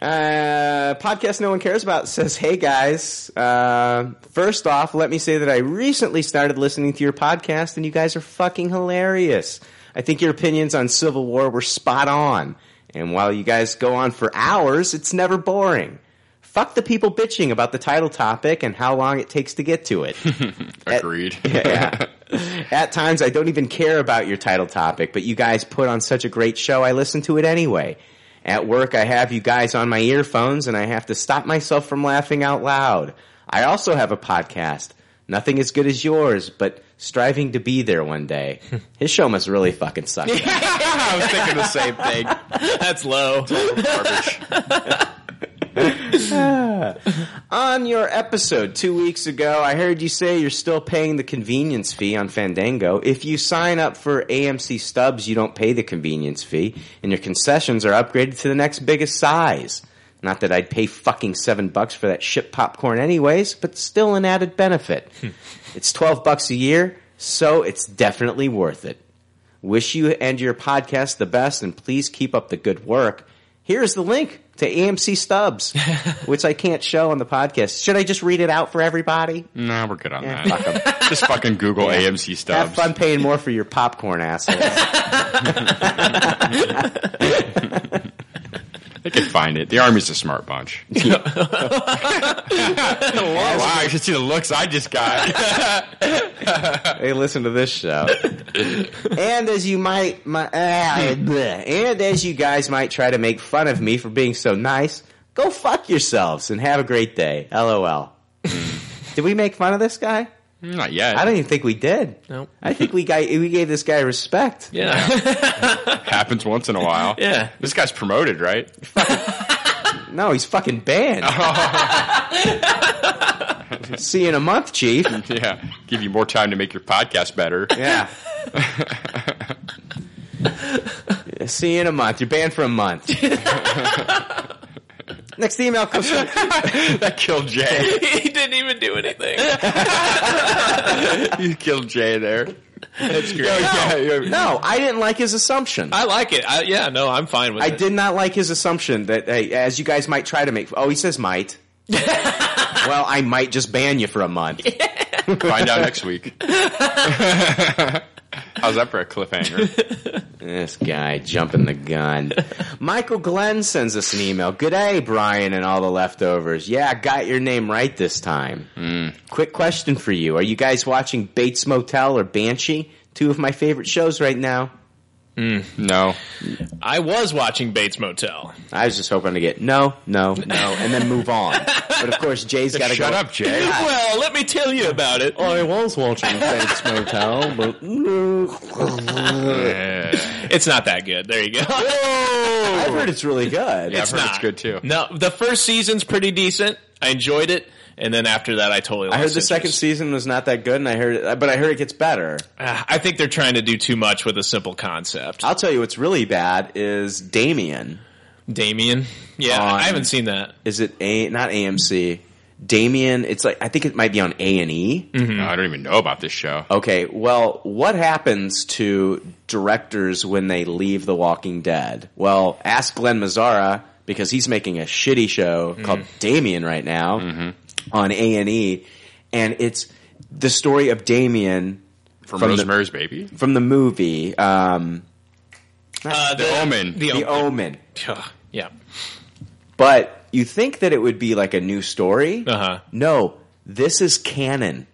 Speaker 1: uh, podcast no one cares about says, hey guys, uh, first off, let me say that I recently started listening to your podcast, and you guys are fucking hilarious. I think your opinions on Civil War were spot on. And while you guys go on for hours, it's never boring. Fuck the people bitching about the title topic and how long it takes to get to it.
Speaker 2: Agreed.
Speaker 1: yeah. At times, I don't even care about your title topic, but you guys put on such a great show, I listen to it anyway. At work, I have you guys on my earphones, and I have to stop myself from laughing out loud. I also have a podcast. Nothing as good as yours, but striving to be there one
Speaker 2: (laughs)
Speaker 1: day. His show must really fucking suck.
Speaker 2: I was thinking the same thing.
Speaker 7: (laughs) That's low.
Speaker 2: Garbage.
Speaker 1: on your episode two weeks ago, I heard you say you're still paying the convenience fee on Fandango. If you sign up for AMC stubs, you don't pay the convenience fee, and your concessions are upgraded to the next biggest size. Not that I'd pay fucking seven bucks for that shit popcorn anyways, but still an added benefit. it's twelve bucks a year, so it's definitely worth it. Wish you and your podcast the best, and please keep up the good work. Here's the link to AMC (laughs) Stubbs, which I can't show on the podcast. Should I just read it out for everybody?
Speaker 2: No, we're good on
Speaker 1: Yeah, (laughs)
Speaker 2: that. Just fucking Google AMC
Speaker 1: Have
Speaker 2: stubs.
Speaker 1: fun paying more for your popcorn, (laughs) asshole.
Speaker 2: They can find it. The army's a smart bunch. (laughs) wow, you should see the looks I just got. (laughs)
Speaker 1: they listen to this show. (laughs) and as you might, my, ah, bleh. and as you guys might try to make fun of me for being so nice, go fuck yourselves and have a great day. LOL. Did we make fun of this guy?
Speaker 2: Not yet.
Speaker 1: I don't even think we did.
Speaker 7: Nope.
Speaker 1: I think we guy we gave this guy respect.
Speaker 7: Yeah.
Speaker 2: Happens once in a while.
Speaker 7: (laughs) Yeah.
Speaker 2: This guy's promoted,
Speaker 7: (laughs)
Speaker 2: right?
Speaker 1: No, he's fucking banned. (laughs) See you in a month, Chief.
Speaker 2: Yeah. Give you more time to make your podcast
Speaker 7: (laughs)
Speaker 2: better.
Speaker 1: Yeah. See you in a month. You're banned for a month. Next email comes from
Speaker 2: that killed Jay.
Speaker 7: (laughs) he didn't even do
Speaker 2: (laughs)
Speaker 7: anything. (laughs)
Speaker 2: you killed Jay there.
Speaker 7: That's great.
Speaker 1: No, I didn't like his assumption. I,
Speaker 7: I like it. I, yeah, no, I'm fine with it.
Speaker 1: did not like his assumption that hey, as you guys might try to make oh he says might. well, I might just ban you for a month.
Speaker 2: (laughs) Find out next week. (laughs) How's that for a
Speaker 7: (laughs)
Speaker 2: cliffhanger?
Speaker 1: This guy jumping the
Speaker 2: (laughs)
Speaker 1: gun. Michael Glenn sends us an email. G'day, Brian and all the leftovers. Yeah, I got your name right this time.
Speaker 2: Hmm.
Speaker 1: Quick question for you. Are you guys watching Bates Motel or Banshee? Two of my favorite shows right now.
Speaker 2: No. (laughs)
Speaker 7: I was watching Bates Motel.
Speaker 1: I was just hoping to get no, no, no, and then move on.
Speaker 2: (laughs)
Speaker 1: But of course, Jay's got to
Speaker 2: Shut
Speaker 1: go.
Speaker 2: up, Jay.
Speaker 7: Well, let me tell you about it.
Speaker 1: I was watching Bates Motel, but
Speaker 7: It's not that good. There you go. Oh.
Speaker 1: I've heard it's really good.
Speaker 2: Yeah, I've heard it's good too.
Speaker 7: No, the first season's pretty decent. I enjoyed it, and then after that, I totally. Lost
Speaker 1: I heard the
Speaker 7: interest.
Speaker 1: second season was not that good, and I heard, it, but I heard it gets better.
Speaker 7: Ah, I think they're trying to do too much with a simple concept.
Speaker 1: I'll tell you what's really bad is Damien.
Speaker 7: Damien. Yeah,
Speaker 1: On-
Speaker 7: I haven't seen that.
Speaker 1: Is it a not AMC? Damien. It's like I think it might be on A and E.
Speaker 7: Mm-hmm.
Speaker 2: No, I don't even know about this show.
Speaker 1: Okay. Well, what happens to directors when they leave The Walking Dead? Well, ask Glenn Mazzara because he's making a shitty show
Speaker 7: Mm-hmm.
Speaker 1: called Damien right now on A and E, and it's the story of Damien
Speaker 2: From,
Speaker 1: From the-
Speaker 2: Rosemary's Baby?
Speaker 1: from the movie um,
Speaker 7: Uh,
Speaker 2: The Omen.
Speaker 7: The,
Speaker 1: The Omen.
Speaker 7: Omen. Ugh, Yeah.
Speaker 1: But you think that it would be like a new story?
Speaker 7: Uh-huh.
Speaker 1: No, this is canon.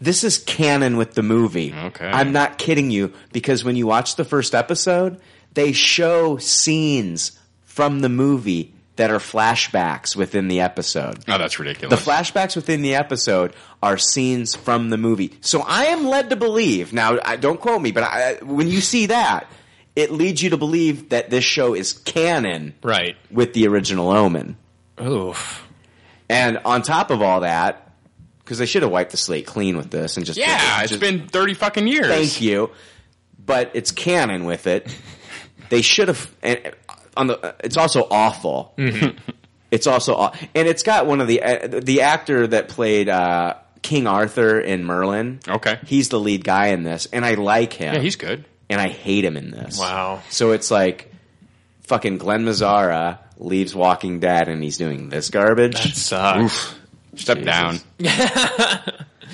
Speaker 1: This is canon with the movie.
Speaker 2: Okay.
Speaker 1: I'm not kidding you because when you watch the first episode, they show scenes from the movie that are flashbacks within the episode.
Speaker 2: oh, that's
Speaker 1: The
Speaker 2: ridiculous.
Speaker 1: flashbacks within the episode are scenes from the movie. So I am led to believe, now I, don't quote me, but I, when you see that, it leads you to believe that this show is canon
Speaker 7: Right.
Speaker 1: with the original Omen.
Speaker 7: Oof.
Speaker 1: And on top of all that, because they should have wiped the slate clean with this and just
Speaker 2: Yeah,
Speaker 1: just,
Speaker 2: it's been thirty fucking years.
Speaker 1: thank you, but it's canon with it. they should have. And uh, on the, it's also awful.
Speaker 2: Mm-hmm.
Speaker 1: it's also aw- and it's got one of the uh, the actor that played uh, King Arthur in Merlin.
Speaker 2: Okay.
Speaker 1: he's the lead guy in this, and I like him.
Speaker 2: Yeah, he's good.
Speaker 1: and I hate him in this.
Speaker 7: Wow.
Speaker 1: So it's like fucking Glenn Mazzara leaves Walking Dead, and he's doing this garbage.
Speaker 7: Sucks.
Speaker 2: Step down.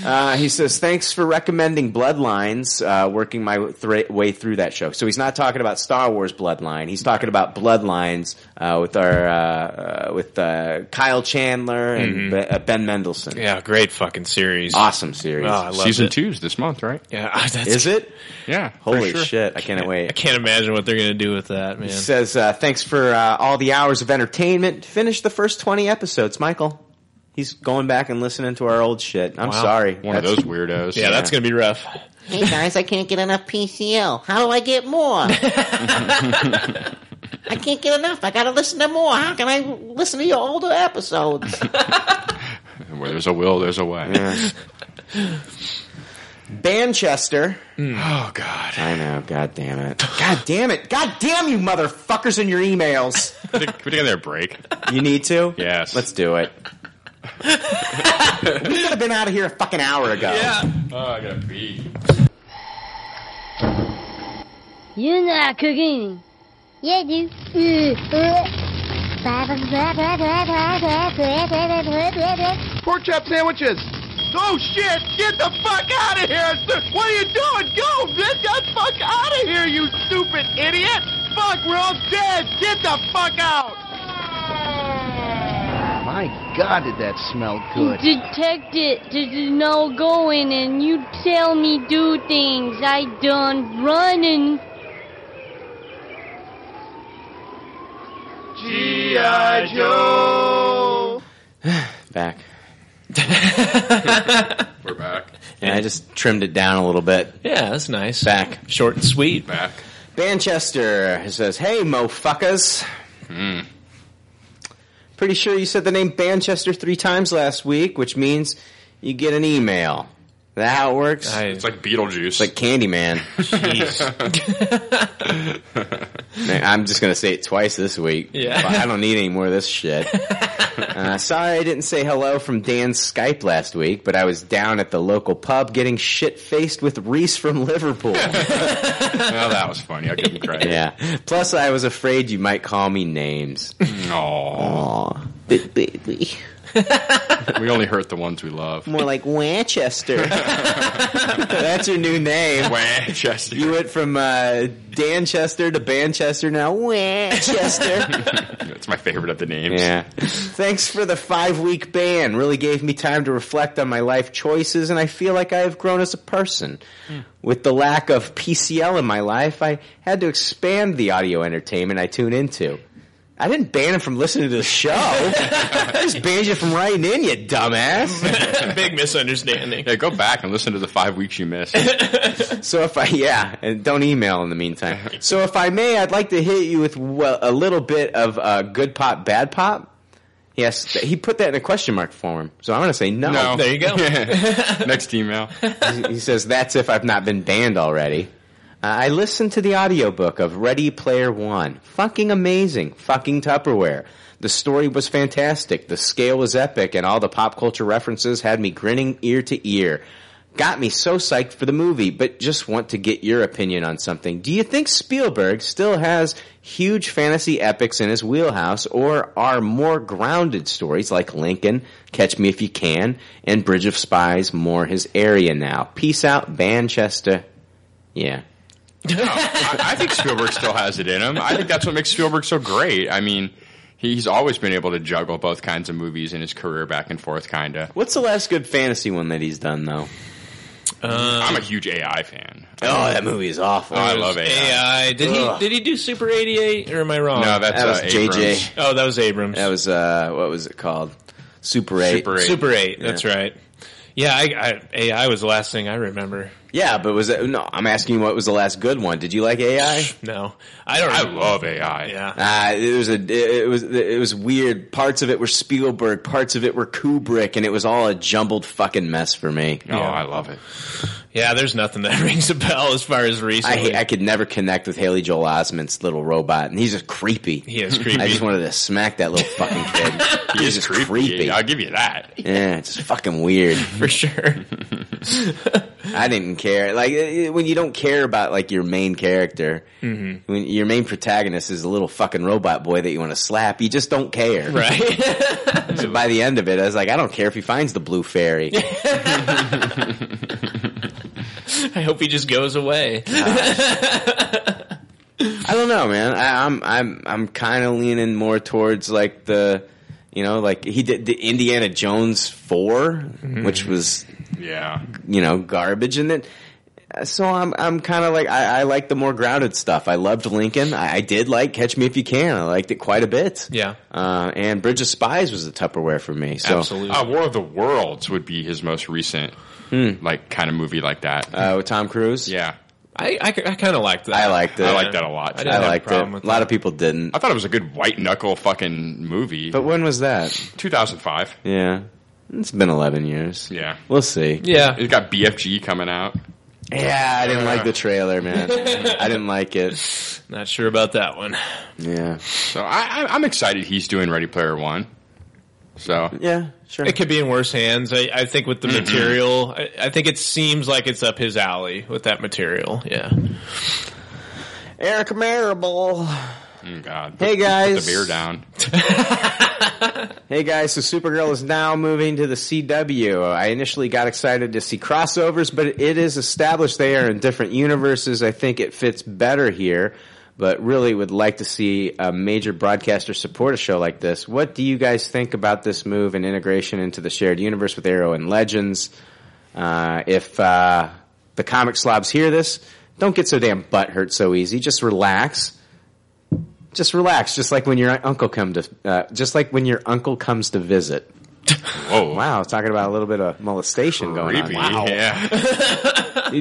Speaker 1: Uh, he says, "Thanks for recommending Bloodlines. Uh, working my thra- way through that show. So he's not talking about Star Wars Bloodline. He's talking about Bloodlines uh, with our uh, uh, with uh, Kyle Chandler and Be- uh, Ben Mendelsohn.
Speaker 7: Yeah, great fucking series.
Speaker 1: Awesome series.
Speaker 7: Oh, I love
Speaker 2: Season
Speaker 7: it.
Speaker 2: two's this month, right?
Speaker 7: Yeah, (laughs) that's,
Speaker 1: Uh, Is it?
Speaker 2: Yeah. for
Speaker 1: Holy
Speaker 2: sure.
Speaker 1: shit! I can't
Speaker 7: I
Speaker 1: wait.
Speaker 7: can't imagine what they're gonna do with that, man.
Speaker 1: He says, uh, "Thanks for uh, all the hours of entertainment. Finish the first twenty episodes, Michael." He's going back and listening to our old shit. I'm
Speaker 7: Wow.
Speaker 1: sorry.
Speaker 2: One
Speaker 1: That's- (laughs)
Speaker 2: of those weirdos.
Speaker 7: Yeah, that's gonna be rough.
Speaker 8: Hey guys, I can't get enough PCL. How do I get more? I can't get enough. I gotta listen to more. How can I listen to your older episodes?
Speaker 2: where there's a will, there's a way.
Speaker 1: (laughs) Banchester.
Speaker 2: (laughs) Oh god.
Speaker 1: I know. God damn it. God damn it. God damn you, motherfuckers, in your emails.
Speaker 2: Could we- could we get their
Speaker 1: (laughs)
Speaker 2: break?
Speaker 1: You need to?
Speaker 2: Yes.
Speaker 1: Let's do it. we could have been out of here a fucking hour ago.
Speaker 2: Oh, I gotta pee.
Speaker 5: You're not cooking. Yeah, dude. Mm.
Speaker 4: Pork chop sandwiches. Oh shit! Get the fuck out of here! sir. What are you doing? Go! Get the fuck out of here, you stupid idiot! Fuck, we're all dead! Get the fuck out! My God, did that smell good?
Speaker 5: Detect it. This is no going, and you tell me do things. I done running.
Speaker 4: G.I. Joe!
Speaker 1: Back.
Speaker 2: We're back.
Speaker 1: And I just trimmed it down a little bit.
Speaker 7: Yeah, that's nice.
Speaker 1: Back.
Speaker 7: Short and sweet.
Speaker 2: Back.
Speaker 1: Banchester says, Hey, mofuckers. Pretty sure you said the name Banchester three times last week, which means you get an email. Is that how it works?
Speaker 7: I-
Speaker 2: It's like Beetlejuice.
Speaker 1: It's like Candyman.
Speaker 7: Jeez.
Speaker 1: (laughs) Man, I'm just gonna say it twice this week.
Speaker 7: Yeah.
Speaker 1: But I don't need any more of this
Speaker 7: (laughs)
Speaker 1: shit. uh, sorry I didn't say hello from Dan's Skype last week, but I was down at the local pub getting shit faced with Reese from
Speaker 7: (laughs)
Speaker 1: Liverpool.
Speaker 2: oh, that was funny. I couldn't cry.
Speaker 1: (laughs) yeah. Plus, I was afraid you might call me names.
Speaker 2: Aw.
Speaker 1: Aw, big baby.
Speaker 2: we only hurt the ones
Speaker 1: (laughs)
Speaker 2: we love.
Speaker 1: More like Winchester. (laughs) That's your new name.
Speaker 2: Winchester.
Speaker 1: You went from uh, Danchester to Banchester, now Winchester.
Speaker 2: (laughs) That's my favorite of the names.
Speaker 1: Yeah. (laughs) Thanks for the five week ban. Really gave me time to reflect on my life choices, and I feel like I have grown as a person. With the lack of PCL in my life, I had to expand the audio entertainment I tune into. I didn't ban him from listening to the show. I just banned you from writing in, you dumbass.
Speaker 7: (laughs) Big misunderstanding.
Speaker 2: Yeah, go back and listen to the five weeks you (laughs) missed.
Speaker 1: So if I, (laughs) yeah, and don't email in the meantime. So if I may, I'd like to hit you with well, a little bit of uh, good pop, bad pop. Yes, he put that in a question mark form. So I'm going to say
Speaker 2: No.
Speaker 7: There
Speaker 2: (laughs)
Speaker 7: you go.
Speaker 2: Next email.
Speaker 1: he says, that's if I've not been banned already. Uh, I listened to the audiobook of Ready Player One. Fucking amazing. Fucking Tupperware. The story was fantastic. The scale was epic and all the pop culture references had me grinning ear to ear. Got me so psyched for the movie, but just want to get your opinion on something. Do you think Spielberg still has huge fantasy epics in his wheelhouse or are more grounded stories like Lincoln, Catch Me If You Can, and Bridge of Spies more his area now? Peace out, Manchester. Yeah.
Speaker 2: No, I, I think Spielberg still has it in him. I think that's what makes Spielberg so great. I mean, he's always been able to juggle both kinds of movies in his career back and forth, kind of.
Speaker 1: What's the last good fantasy one that he's done though?
Speaker 2: I'm a huge AI fan.
Speaker 1: Oh, that movie is awful.
Speaker 2: Oh, I love AI.
Speaker 7: AI. Did
Speaker 1: Ugh.
Speaker 7: he did he do Super 88 or am I wrong?
Speaker 2: No, that's
Speaker 1: Oh, That was
Speaker 2: uh,
Speaker 1: JJ.
Speaker 2: Abrams.
Speaker 7: Oh, that was Abrams.
Speaker 1: That was uh what was it called? Super 8.
Speaker 2: Super 8.
Speaker 7: Super 8. That's right. Yeah, I, I, AI was the last thing I remember.
Speaker 1: Yeah, but was it? No, I'm asking what was the last good one. Did you like AI?
Speaker 7: No, I don't.
Speaker 2: I love AI.
Speaker 7: Yeah,
Speaker 1: Uh, it was a it was it was weird. Parts of it were Spielberg, parts of it were Kubrick, and it was all a jumbled fucking mess for me.
Speaker 2: Oh, I love it.
Speaker 7: yeah. There's nothing that (laughs) rings a bell as far as
Speaker 1: I
Speaker 7: recently.
Speaker 1: hate- I could never connect with Haley Joel Osment's little robot, and he's just creepy.
Speaker 7: he is creepy.
Speaker 1: I just wanted to smack that little fucking kid.
Speaker 2: (laughs) He
Speaker 1: he's just
Speaker 2: is creepy.
Speaker 1: creepy.
Speaker 2: I'll give you that.
Speaker 1: Yeah, it's just fucking weird.
Speaker 7: (laughs) for sure.
Speaker 1: I didn't care. Like eh, eh, when you don't care about like your main character, when your main protagonist is a little fucking robot boy that you want to slap, you just don't care.
Speaker 7: Right? (laughs)
Speaker 1: So by the end of it, I was like, I don't care if he finds the blue fairy.
Speaker 7: I hope he just goes away.
Speaker 1: I don't know, man. I, I'm I'm I'm kind of leaning more towards like the, you know, like he did the Indiana Jones 4 which was
Speaker 2: Yeah.
Speaker 1: you know garbage, and then so I'm I'm kind of like I, I like the more grounded stuff. I loved Lincoln. I, I did like Catch Me If You Can. I liked it quite a bit.
Speaker 7: Yeah.
Speaker 1: Uh, and Bridge of Spies was a Tupperware for me. So,
Speaker 7: Absolutely.
Speaker 2: Uh, War of the Worlds would be his most recent, like kind of movie like that.
Speaker 1: Hmm. uh, with Tom Cruise,
Speaker 2: yeah,
Speaker 7: I, I, kind of liked that.
Speaker 1: I liked it.
Speaker 2: I like that a lot.
Speaker 7: I
Speaker 2: I,
Speaker 7: didn't
Speaker 1: I
Speaker 7: have a
Speaker 1: liked it.
Speaker 7: problem
Speaker 1: A
Speaker 7: with
Speaker 1: lot
Speaker 7: that.
Speaker 1: of people didn't.
Speaker 2: thought it was a good white knuckle fucking movie.
Speaker 1: But when was that?
Speaker 2: 2005.
Speaker 1: Yeah, it's been 11 years.
Speaker 2: Yeah,
Speaker 1: We'll see.
Speaker 7: Yeah.
Speaker 2: it got BFG coming out.
Speaker 1: Yeah, I didn't
Speaker 2: Yeah.
Speaker 1: like the trailer, man. I didn't like it.
Speaker 7: Not sure about that one.
Speaker 1: Yeah.
Speaker 2: So I, I, I'm excited he's doing Ready Player One. So
Speaker 1: Yeah, sure.
Speaker 7: It could be in worse hands. I, I think with the material, I, I think it seems like it's up his alley with that material. Yeah.
Speaker 1: Eric Marable.
Speaker 2: oh God,
Speaker 1: Hey, guys.
Speaker 2: put the beer down.
Speaker 1: Hey guys, so Supergirl is now moving to the CW. I initially got excited to see crossovers, but it is established they are in different universes. I think it fits better here, but really would like to see a major broadcaster support a show like this. What do you guys think about this move and integration into the shared universe with Arrow and Legends? Uh, if uh, the comic slobs hear this, don't get so damn butt hurt so easy. Just relax just relax, just like when your uncle come to, uh, just like when your uncle comes to visit.
Speaker 2: Whoa,
Speaker 1: Wow, talking about a little bit of molestation going
Speaker 2: creepy.
Speaker 1: on. (laughs)
Speaker 2: Yeah,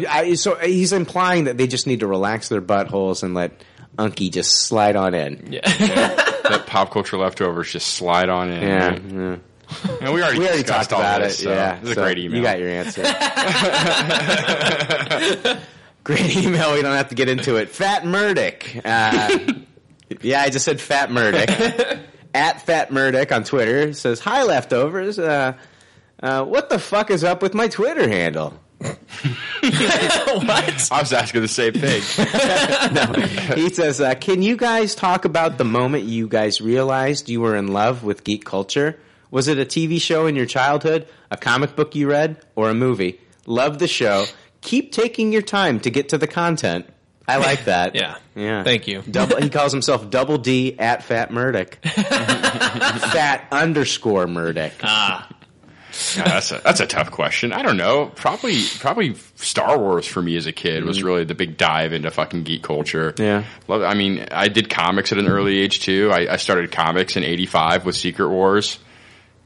Speaker 1: I, so uh, he's implying that they just need to relax their buttholes and let Unky just slide on in.
Speaker 2: (laughs) that pop culture leftovers just slide on in.
Speaker 1: Yeah,
Speaker 2: right?
Speaker 1: yeah.
Speaker 2: and we already
Speaker 1: we already
Speaker 2: discussed
Speaker 1: talked about
Speaker 2: all this,
Speaker 1: it.
Speaker 2: so
Speaker 1: yeah,
Speaker 2: this is
Speaker 1: So
Speaker 2: a great email.
Speaker 1: You got your
Speaker 2: (laughs)
Speaker 1: answer. (laughs) great email. We don't have to get into it. Fat Murdick. Uh, yeah, I just said Fat
Speaker 2: (laughs)
Speaker 1: Murdick. At Fat Murdick on Twitter says, "Hi, leftovers. Uh, uh, what the fuck is up with my Twitter handle?"
Speaker 2: I was asking the
Speaker 1: (laughs)
Speaker 2: same thing.
Speaker 1: He says, uh, "Can you guys talk about the moment you guys realized you were in love with geek culture? Was it a TV show in your childhood, a comic book you read, or a movie? Love the show. Keep taking your time to get to the content. I like that.
Speaker 7: (laughs) Yeah.
Speaker 1: yeah.
Speaker 7: Thank you.
Speaker 1: Double, he calls himself Double D at Fat Murdoch. fat underscore Murdoch.
Speaker 2: Yeah, that's a that's a tough question. I don't know. Probably probably Star Wars for me as a kid was really the big dive into fucking geek culture.
Speaker 1: Mm-hmm. Yeah.
Speaker 2: Love, I mean, I did comics at an early age too. I, I started comics in '85 with Secret Wars,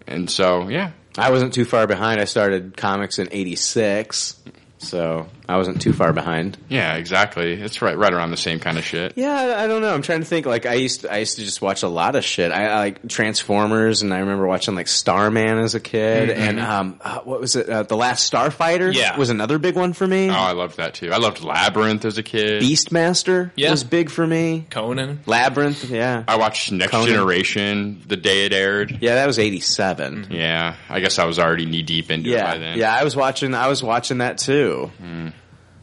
Speaker 2: and so yeah,
Speaker 1: I wasn't too far behind. I started comics in '86, so I wasn't too far behind.
Speaker 2: yeah, exactly. It's right right around the same kind of shit.
Speaker 1: Yeah, I- I don't know. I'm trying to think. Like I used, to, I used to just watch a lot of shit. I, I like Transformers, and I remember watching like Starman as a kid, and um, uh, what was it? Uh, the Last Starfighter.
Speaker 7: Yeah.
Speaker 1: was another big one for me.
Speaker 2: Oh, I loved that too. I loved Labyrinth as a kid.
Speaker 1: Beastmaster
Speaker 7: Yeah.
Speaker 1: was big for me.
Speaker 7: Conan.
Speaker 1: Labyrinth, yeah,
Speaker 2: I watched Next
Speaker 1: Conan.
Speaker 2: Generation the day it aired.
Speaker 1: yeah, that was '87.
Speaker 2: Yeah, I guess I was already knee deep into it
Speaker 1: Yeah,
Speaker 2: Mm-hmm. by then.
Speaker 1: yeah, I was watching, I was watching that too.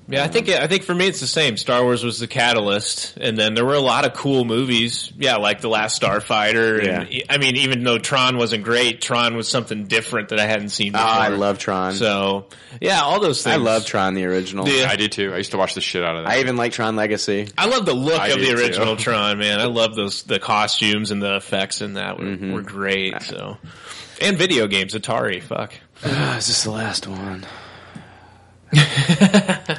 Speaker 7: Yeah, I think I think for me it's the same. Star Wars was the catalyst, and then there were a lot of cool movies. Yeah, like the Last Starfighter, and e,
Speaker 1: Yeah.
Speaker 7: I mean, even though Tron wasn't great, Tron was something different that I hadn't seen
Speaker 1: Oh,
Speaker 7: before.
Speaker 1: I love Tron.
Speaker 7: So yeah, all those things.
Speaker 1: I love Tron the original.
Speaker 7: Yeah.
Speaker 2: I did too. I used to watch the shit out of that.
Speaker 1: I even like Tron Legacy.
Speaker 7: I love the look
Speaker 2: I
Speaker 7: of the
Speaker 2: do, too.
Speaker 7: original Tron, man. I love those the costumes and the effects in that were, were great. So, and video games, Atari, fuck.
Speaker 1: Oh, is this the last one? (laughs)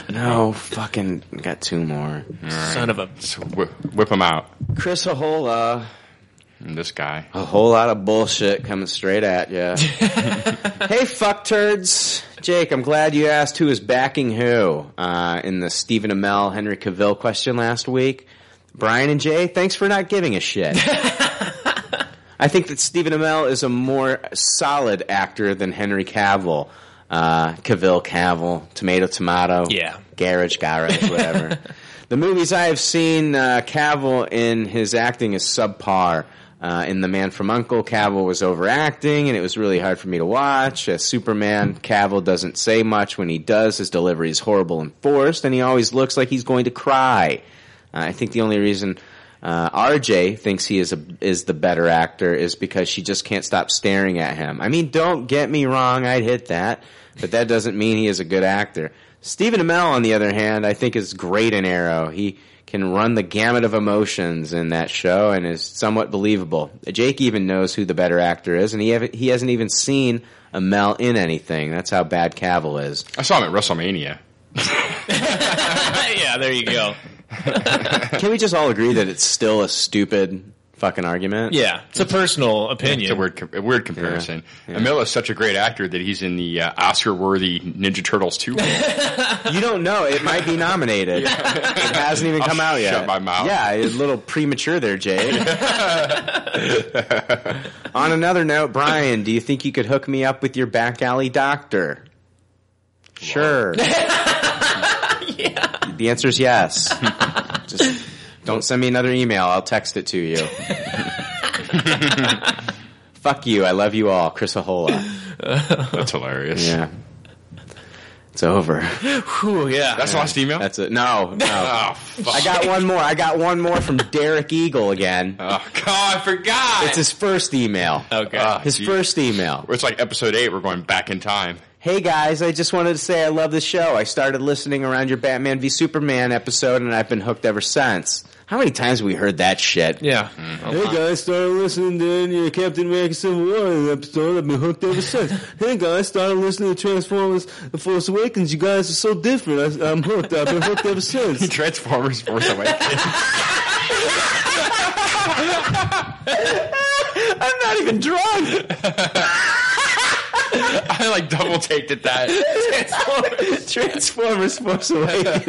Speaker 1: no, fucking got two more.
Speaker 7: Son of a
Speaker 2: So wh- whip them out.
Speaker 1: uh, Chris Ahola
Speaker 2: And this guy.
Speaker 1: A whole lot of bullshit coming straight at you. (laughs) hey, fuck turds. Jake, I'm glad you asked who is backing who uh, in the Stephen Amell, Henry Cavill question last week. Brian and Jay, thanks for not giving a shit. I think that Stephen Amell is a more solid actor than Henry Cavill. Uh, Cavill, Cavill, tomato, tomato.
Speaker 7: Yeah.
Speaker 1: Garage, garage, whatever. the movies I have seen, uh, Cavill in his acting is subpar. Uh, in The Man from Uncle, Cavill was overacting, and it was really hard for me to watch. As Superman, Cavill doesn't say much. When he does, his delivery is horrible and forced, and he always looks like he's going to cry. Uh, I think the only reason uh, RJ thinks he is a, is the better actor is because she just can't stop staring at him. I mean, don't get me wrong, I'd hit that, but that doesn't mean he is a good actor. Stephen Amell, on the other hand, I think is great in Arrow. He can run the gamut of emotions in that show and is somewhat believable. Jake even knows who the better actor is, and he hav- he hasn't even seen Amell in anything. That's how bad Cavill is.
Speaker 2: I saw him at WrestleMania.
Speaker 7: yeah, there you go.
Speaker 1: Can we just all agree that it's still a stupid fucking argument?
Speaker 7: Yeah, it's a personal
Speaker 2: It's a
Speaker 7: opinion.
Speaker 2: weird, com- a weird comparison. Amell is such a great actor that he's in the uh, Oscar-worthy Ninja Turtles
Speaker 1: (laughs)
Speaker 2: 2 role.
Speaker 1: You don't know. It might be nominated. It hasn't even come out yet.
Speaker 2: shut my mouth.
Speaker 1: Yeah, it's a little premature there,
Speaker 2: (laughs)
Speaker 1: Jay. On another note, Brian, do you think you could hook me up with your back alley doctor? Sure.
Speaker 2: (laughs)
Speaker 1: The answer is yes. Just don't send me another email. I'll text it to you.
Speaker 2: (laughs)
Speaker 1: Fuck you. I love you all. Chris Ahola.
Speaker 2: That's hilarious.
Speaker 1: Yeah. It's over.
Speaker 7: Ooh, yeah.
Speaker 2: That's the last email?
Speaker 1: That's it. No, no.
Speaker 2: oh, fuck.
Speaker 1: I got one more. I got one more from Derek Eagle again.
Speaker 2: oh, God, I forgot.
Speaker 1: It's his first email.
Speaker 7: okay.
Speaker 2: Ah,
Speaker 1: His
Speaker 2: gee.
Speaker 1: first email.
Speaker 2: It's like episode 8. We're going back
Speaker 1: (laughs)
Speaker 2: in time.
Speaker 1: Hey guys, I just wanted to say I love the show. I started listening around your Batman v Superman episode and I've been hooked ever since. How many times have we heard that shit?
Speaker 7: yeah.
Speaker 1: Hey guys, started listening to your Captain America Civil War episode. I've been hooked ever (laughs) since. hey guys, started listening to Transformers: The Force Awakens. You guys are so different. I, I'm hooked. I've been hooked ever since.
Speaker 2: Transformers Force
Speaker 1: (laughs)
Speaker 2: Awakens.
Speaker 1: I'm not even drunk.
Speaker 2: (laughs)
Speaker 1: (laughs)
Speaker 2: I like double taked at that. (laughs)
Speaker 1: Transformers, Transformers Force Awakens.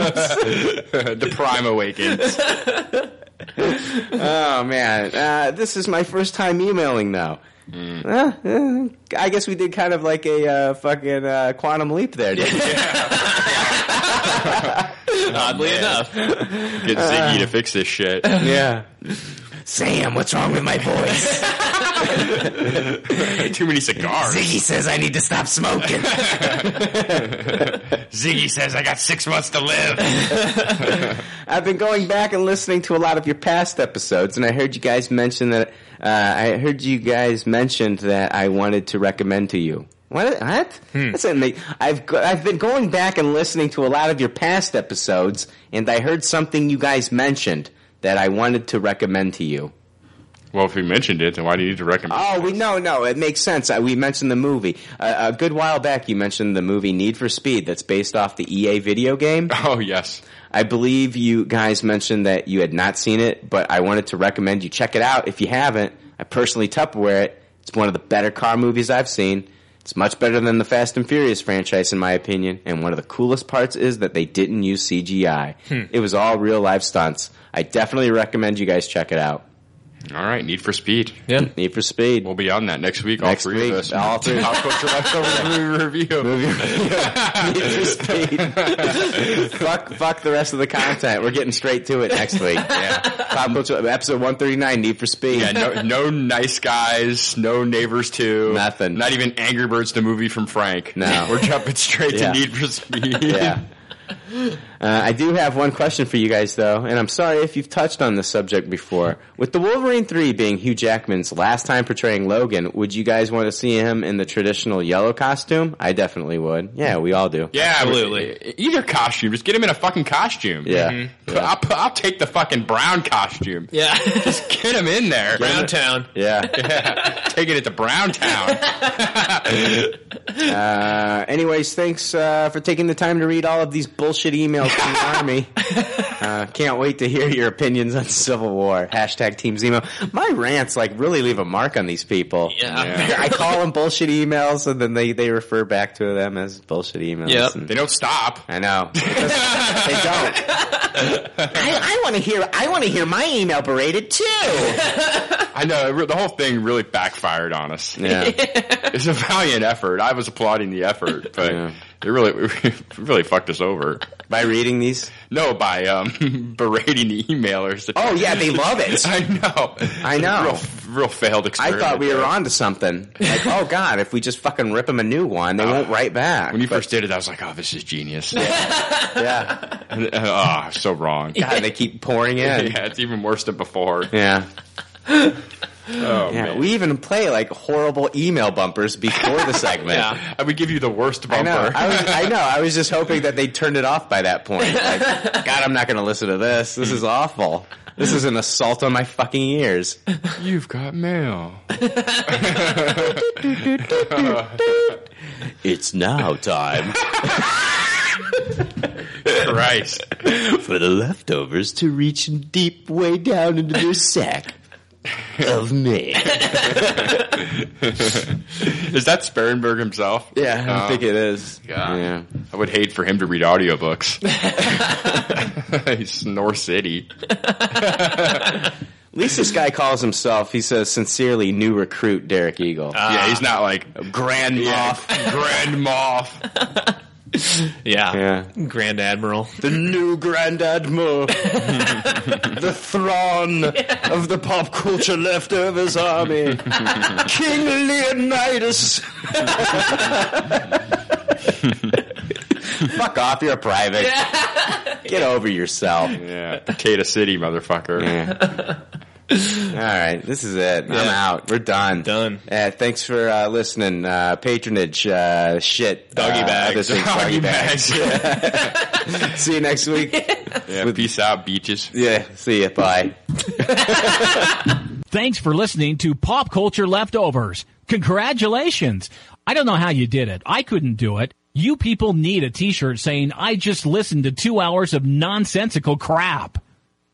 Speaker 2: the Prime
Speaker 1: (laughs)
Speaker 2: Awakens.
Speaker 1: oh man, uh, this is my first time emailing though. Uh, uh, I guess we did kind of like a uh, fucking uh, quantum leap there. Didn't we?
Speaker 7: Oddly enough.
Speaker 2: Get Ziggy to fix this shit.
Speaker 1: yeah. Sam, what's wrong with my voice?
Speaker 2: Too many cigars.
Speaker 1: Ziggy says I need to stop
Speaker 2: (laughs)
Speaker 1: smoking. (laughs)
Speaker 2: Ziggy says I got six months to live.
Speaker 1: I've been going back and listening to a lot of your past episodes, and I heard you guys mention that. Uh, I heard you guys mentioned that I wanted to recommend to you. What? What? That's not make, I've go, I've been going back and listening to a lot of your past episodes, and I heard something you guys mentioned that I wanted to recommend to you.
Speaker 2: Well, if we mentioned it, then why do you need to recommend?
Speaker 1: Oh, we no, no, it makes sense. Uh, We mentioned the movie uh, a good while back. You mentioned the movie Need for Speed, that's based off the EA video game.
Speaker 2: Oh yes,
Speaker 1: I believe you guys mentioned that you had not seen it, but I wanted to recommend you check it out if you haven't. I personally Tupperware it. It's one of the better car movies I've seen. It's much better than the Fast and Furious franchise, in my opinion. And one of the coolest parts is that they didn't use CGI. It was all real life stunts. I definitely recommend you guys check it out.
Speaker 2: All right, Need for Speed.
Speaker 7: Yeah.
Speaker 1: Need for Speed.
Speaker 2: We'll be on that next week.
Speaker 1: Next
Speaker 2: all three
Speaker 1: week,
Speaker 2: of us.
Speaker 1: all
Speaker 2: (laughs)
Speaker 1: three.
Speaker 2: Pop
Speaker 1: (laughs)
Speaker 2: culture leftovers movie review.
Speaker 1: Need for
Speaker 2: (laughs)
Speaker 1: Speed. fuck, fuck the rest of the content. We're getting straight to it next week.
Speaker 2: Yeah,
Speaker 1: Pop Culture, episode 139, Need for Speed.
Speaker 2: yeah. No, no nice guys. No neighbors too.
Speaker 1: Nothing.
Speaker 2: Not even Angry Birds the movie from Frank.
Speaker 1: No.
Speaker 2: (laughs) we're jumping straight
Speaker 1: Yeah.
Speaker 2: to Need for
Speaker 1: (laughs)
Speaker 2: Speed.
Speaker 1: yeah. Uh, I do have one question for you guys, though, and I'm sorry if you've touched on this subject before. With the Wolverine 3 being Hugh Jackman's last time portraying Logan, would you guys want to see him in the traditional yellow costume? I definitely would. Yeah, we all do.
Speaker 2: (laughs) Yeah, e-,
Speaker 7: Absolutely. Mm-hmm.
Speaker 2: Either costume, just get him in a fucking costume.
Speaker 1: Yeah.
Speaker 2: Put- I'll, put- I'll take the fucking brown costume.
Speaker 7: Yeah. (laughs)
Speaker 2: (laughs) Get him in there.
Speaker 7: Brown town.
Speaker 1: Yeah.
Speaker 2: taking it
Speaker 1: (laughs)
Speaker 2: to Browntown.
Speaker 1: Uh, anyways, thanks uh, for taking the time to read all of these bullshit emails from the army. Uh, can't wait to hear your opinions on Civil War. Hashtag Team Zemo. My rants like really leave a mark on these people.
Speaker 2: Yeah.
Speaker 1: I call them bullshit emails, and then they, they refer back to them as bullshit emails.
Speaker 7: Yep.
Speaker 1: And-
Speaker 2: they don't stop.
Speaker 1: I know. It doesn't- they don't. I, I want to hear. I want to hear my email berated too.
Speaker 2: I know it re- the whole thing really backfired on us.
Speaker 1: Yeah.
Speaker 2: (laughs) It's a valiant effort. I was applauding the effort, but
Speaker 1: Yeah.
Speaker 2: it really (laughs) it really fucked us over.
Speaker 1: By reading these.
Speaker 2: No, by um, (laughs) berating the emailers.
Speaker 1: Oh yeah, they love it.
Speaker 2: (laughs) I know.
Speaker 1: I know.
Speaker 2: Real, real failed
Speaker 1: I
Speaker 2: experiment.
Speaker 1: thought we were
Speaker 2: there.
Speaker 1: onto something. Like, oh god, if we just fucking rip them a new one, they won't write back.
Speaker 2: When you first (laughs) did it, I was like, "Oh, this is genius."
Speaker 1: yeah,
Speaker 2: (laughs) And, uh, oh,
Speaker 1: (laughs)
Speaker 2: so wrong.
Speaker 1: god, they keep pouring in.
Speaker 2: (laughs) Yeah, it's even worse than before.
Speaker 1: (laughs) Yeah.
Speaker 2: Oh
Speaker 1: Yeah,
Speaker 2: man.
Speaker 1: we even play like horrible email bumpers before the segment.
Speaker 7: Yeah.
Speaker 2: I would give you the worst
Speaker 1: I
Speaker 2: bumper. (laughs)
Speaker 1: know. I, was, I know. I was just hoping that they turned it off by that point.
Speaker 2: (laughs)
Speaker 1: Like, God, I'm not going to listen to this. This is awful. This is an assault on my fucking ears.
Speaker 2: You've got mail.
Speaker 1: (laughs) It's now time
Speaker 2: Christ.
Speaker 1: for the leftovers to reach deep way down into their sack of me.
Speaker 2: Is that Sparenberg himself?
Speaker 1: Yeah, I
Speaker 2: Oh.
Speaker 1: think it is.
Speaker 2: God.
Speaker 1: Yeah.
Speaker 2: I would hate for him to read audiobooks. (laughs) He's Snore City.
Speaker 1: At least this guy calls himself, he says, sincerely, new recruit Derek Eagle.
Speaker 7: Ah,
Speaker 2: yeah, he's not like Grand Moff. Grand Moff.
Speaker 7: Yeah.
Speaker 1: yeah.
Speaker 7: Grand Admiral.
Speaker 1: The new Grand (laughs) Admiral. the Thrawn of the pop culture leftovers army. King Leonidas. (laughs) Fuck off, you're a (laughs) private. Get over yourself.
Speaker 2: Yeah, Potato City, motherfucker.
Speaker 1: (laughs) All right, this is it. I'm
Speaker 7: Yeah.
Speaker 1: out. We're done.
Speaker 7: Done.
Speaker 1: Uh, thanks for uh, listening. Uh, patronage, uh, shit,
Speaker 7: (laughs) Doggy
Speaker 1: uh,
Speaker 7: bags.
Speaker 1: other things,
Speaker 2: Doggy
Speaker 1: doggy bags.
Speaker 2: bags. Yeah.
Speaker 1: (laughs) See you next week.
Speaker 7: (laughs)
Speaker 2: Yeah, peace out, beaches.
Speaker 1: yeah, see you. Bye.
Speaker 9: Thanks for listening to Pop Culture Leftovers. Congratulations. I don't know how you did it. I couldn't do it. You people need a t-shirt saying, I just listened to two hours of nonsensical crap.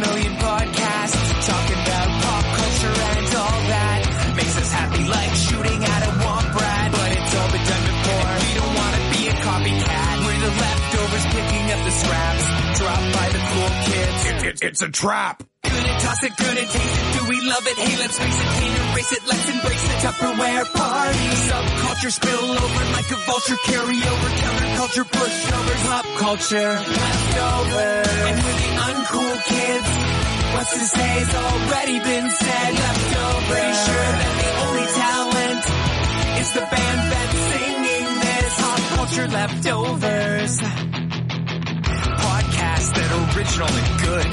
Speaker 10: million podcasts talking about pop culture and all that. Makes us happy like shooting at a womp rat. But it's all been done before. We don't want to be a copycat. We're the leftovers picking up the scraps dropped by the cool kids.
Speaker 3: it's a trap.
Speaker 10: Gonna toss it, gonna taste it. Do we love it? Hey, let's face it, can't erase it. Let's embrace the Tupperware party. Subculture spill over like a vulture. Carry over counterculture, pushovers, pop culture leftovers. And we're the uncool kids. What's to say's already been said. Leftovers. Pretty sure that the only talent is the band that's singing this. Pop culture leftovers podcasts that are original and good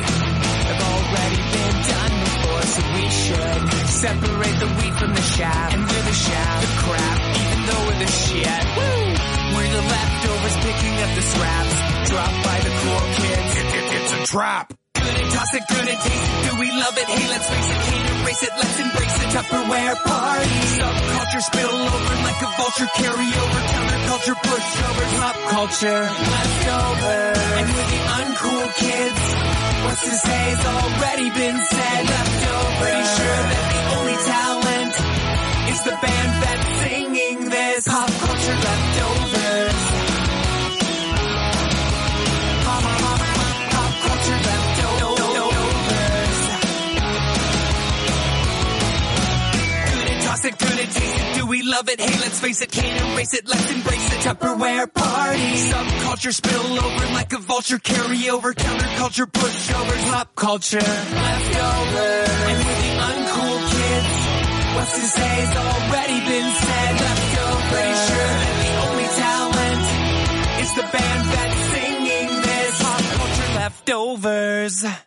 Speaker 10: have already been done before, so we should separate the wheat from the chaff. And we're the chaff, the crap, even though we're the shit. Woo! We're the leftovers picking up the scraps dropped by the cool kids.
Speaker 3: it's a trap.
Speaker 10: Good and toss it, good and taste it. Do we love it? Hey, let's face it, can't erase it. Let's embrace the Tupperware party. Subculture spill over like a vulture. Carry over counterculture, pushovers, pop culture leftovers. And we're the uncool kids. What's to say's already been said. Leftovers. Pretty sure that the only talent is the band that's singing this. Pop culture leftovers. Pop culture leftovers. Good and toss it, good and taste it. Do we love it? Hey, let's face it, can't erase it. Let's embrace the Tupperware party. Subculture spill over like a vulture. Carry over counterculture, pushovers, pop culture leftovers. And we're the uncool kids. What's to say's already been said. Leftovers. Pretty sure that the only talent is the band Brothers.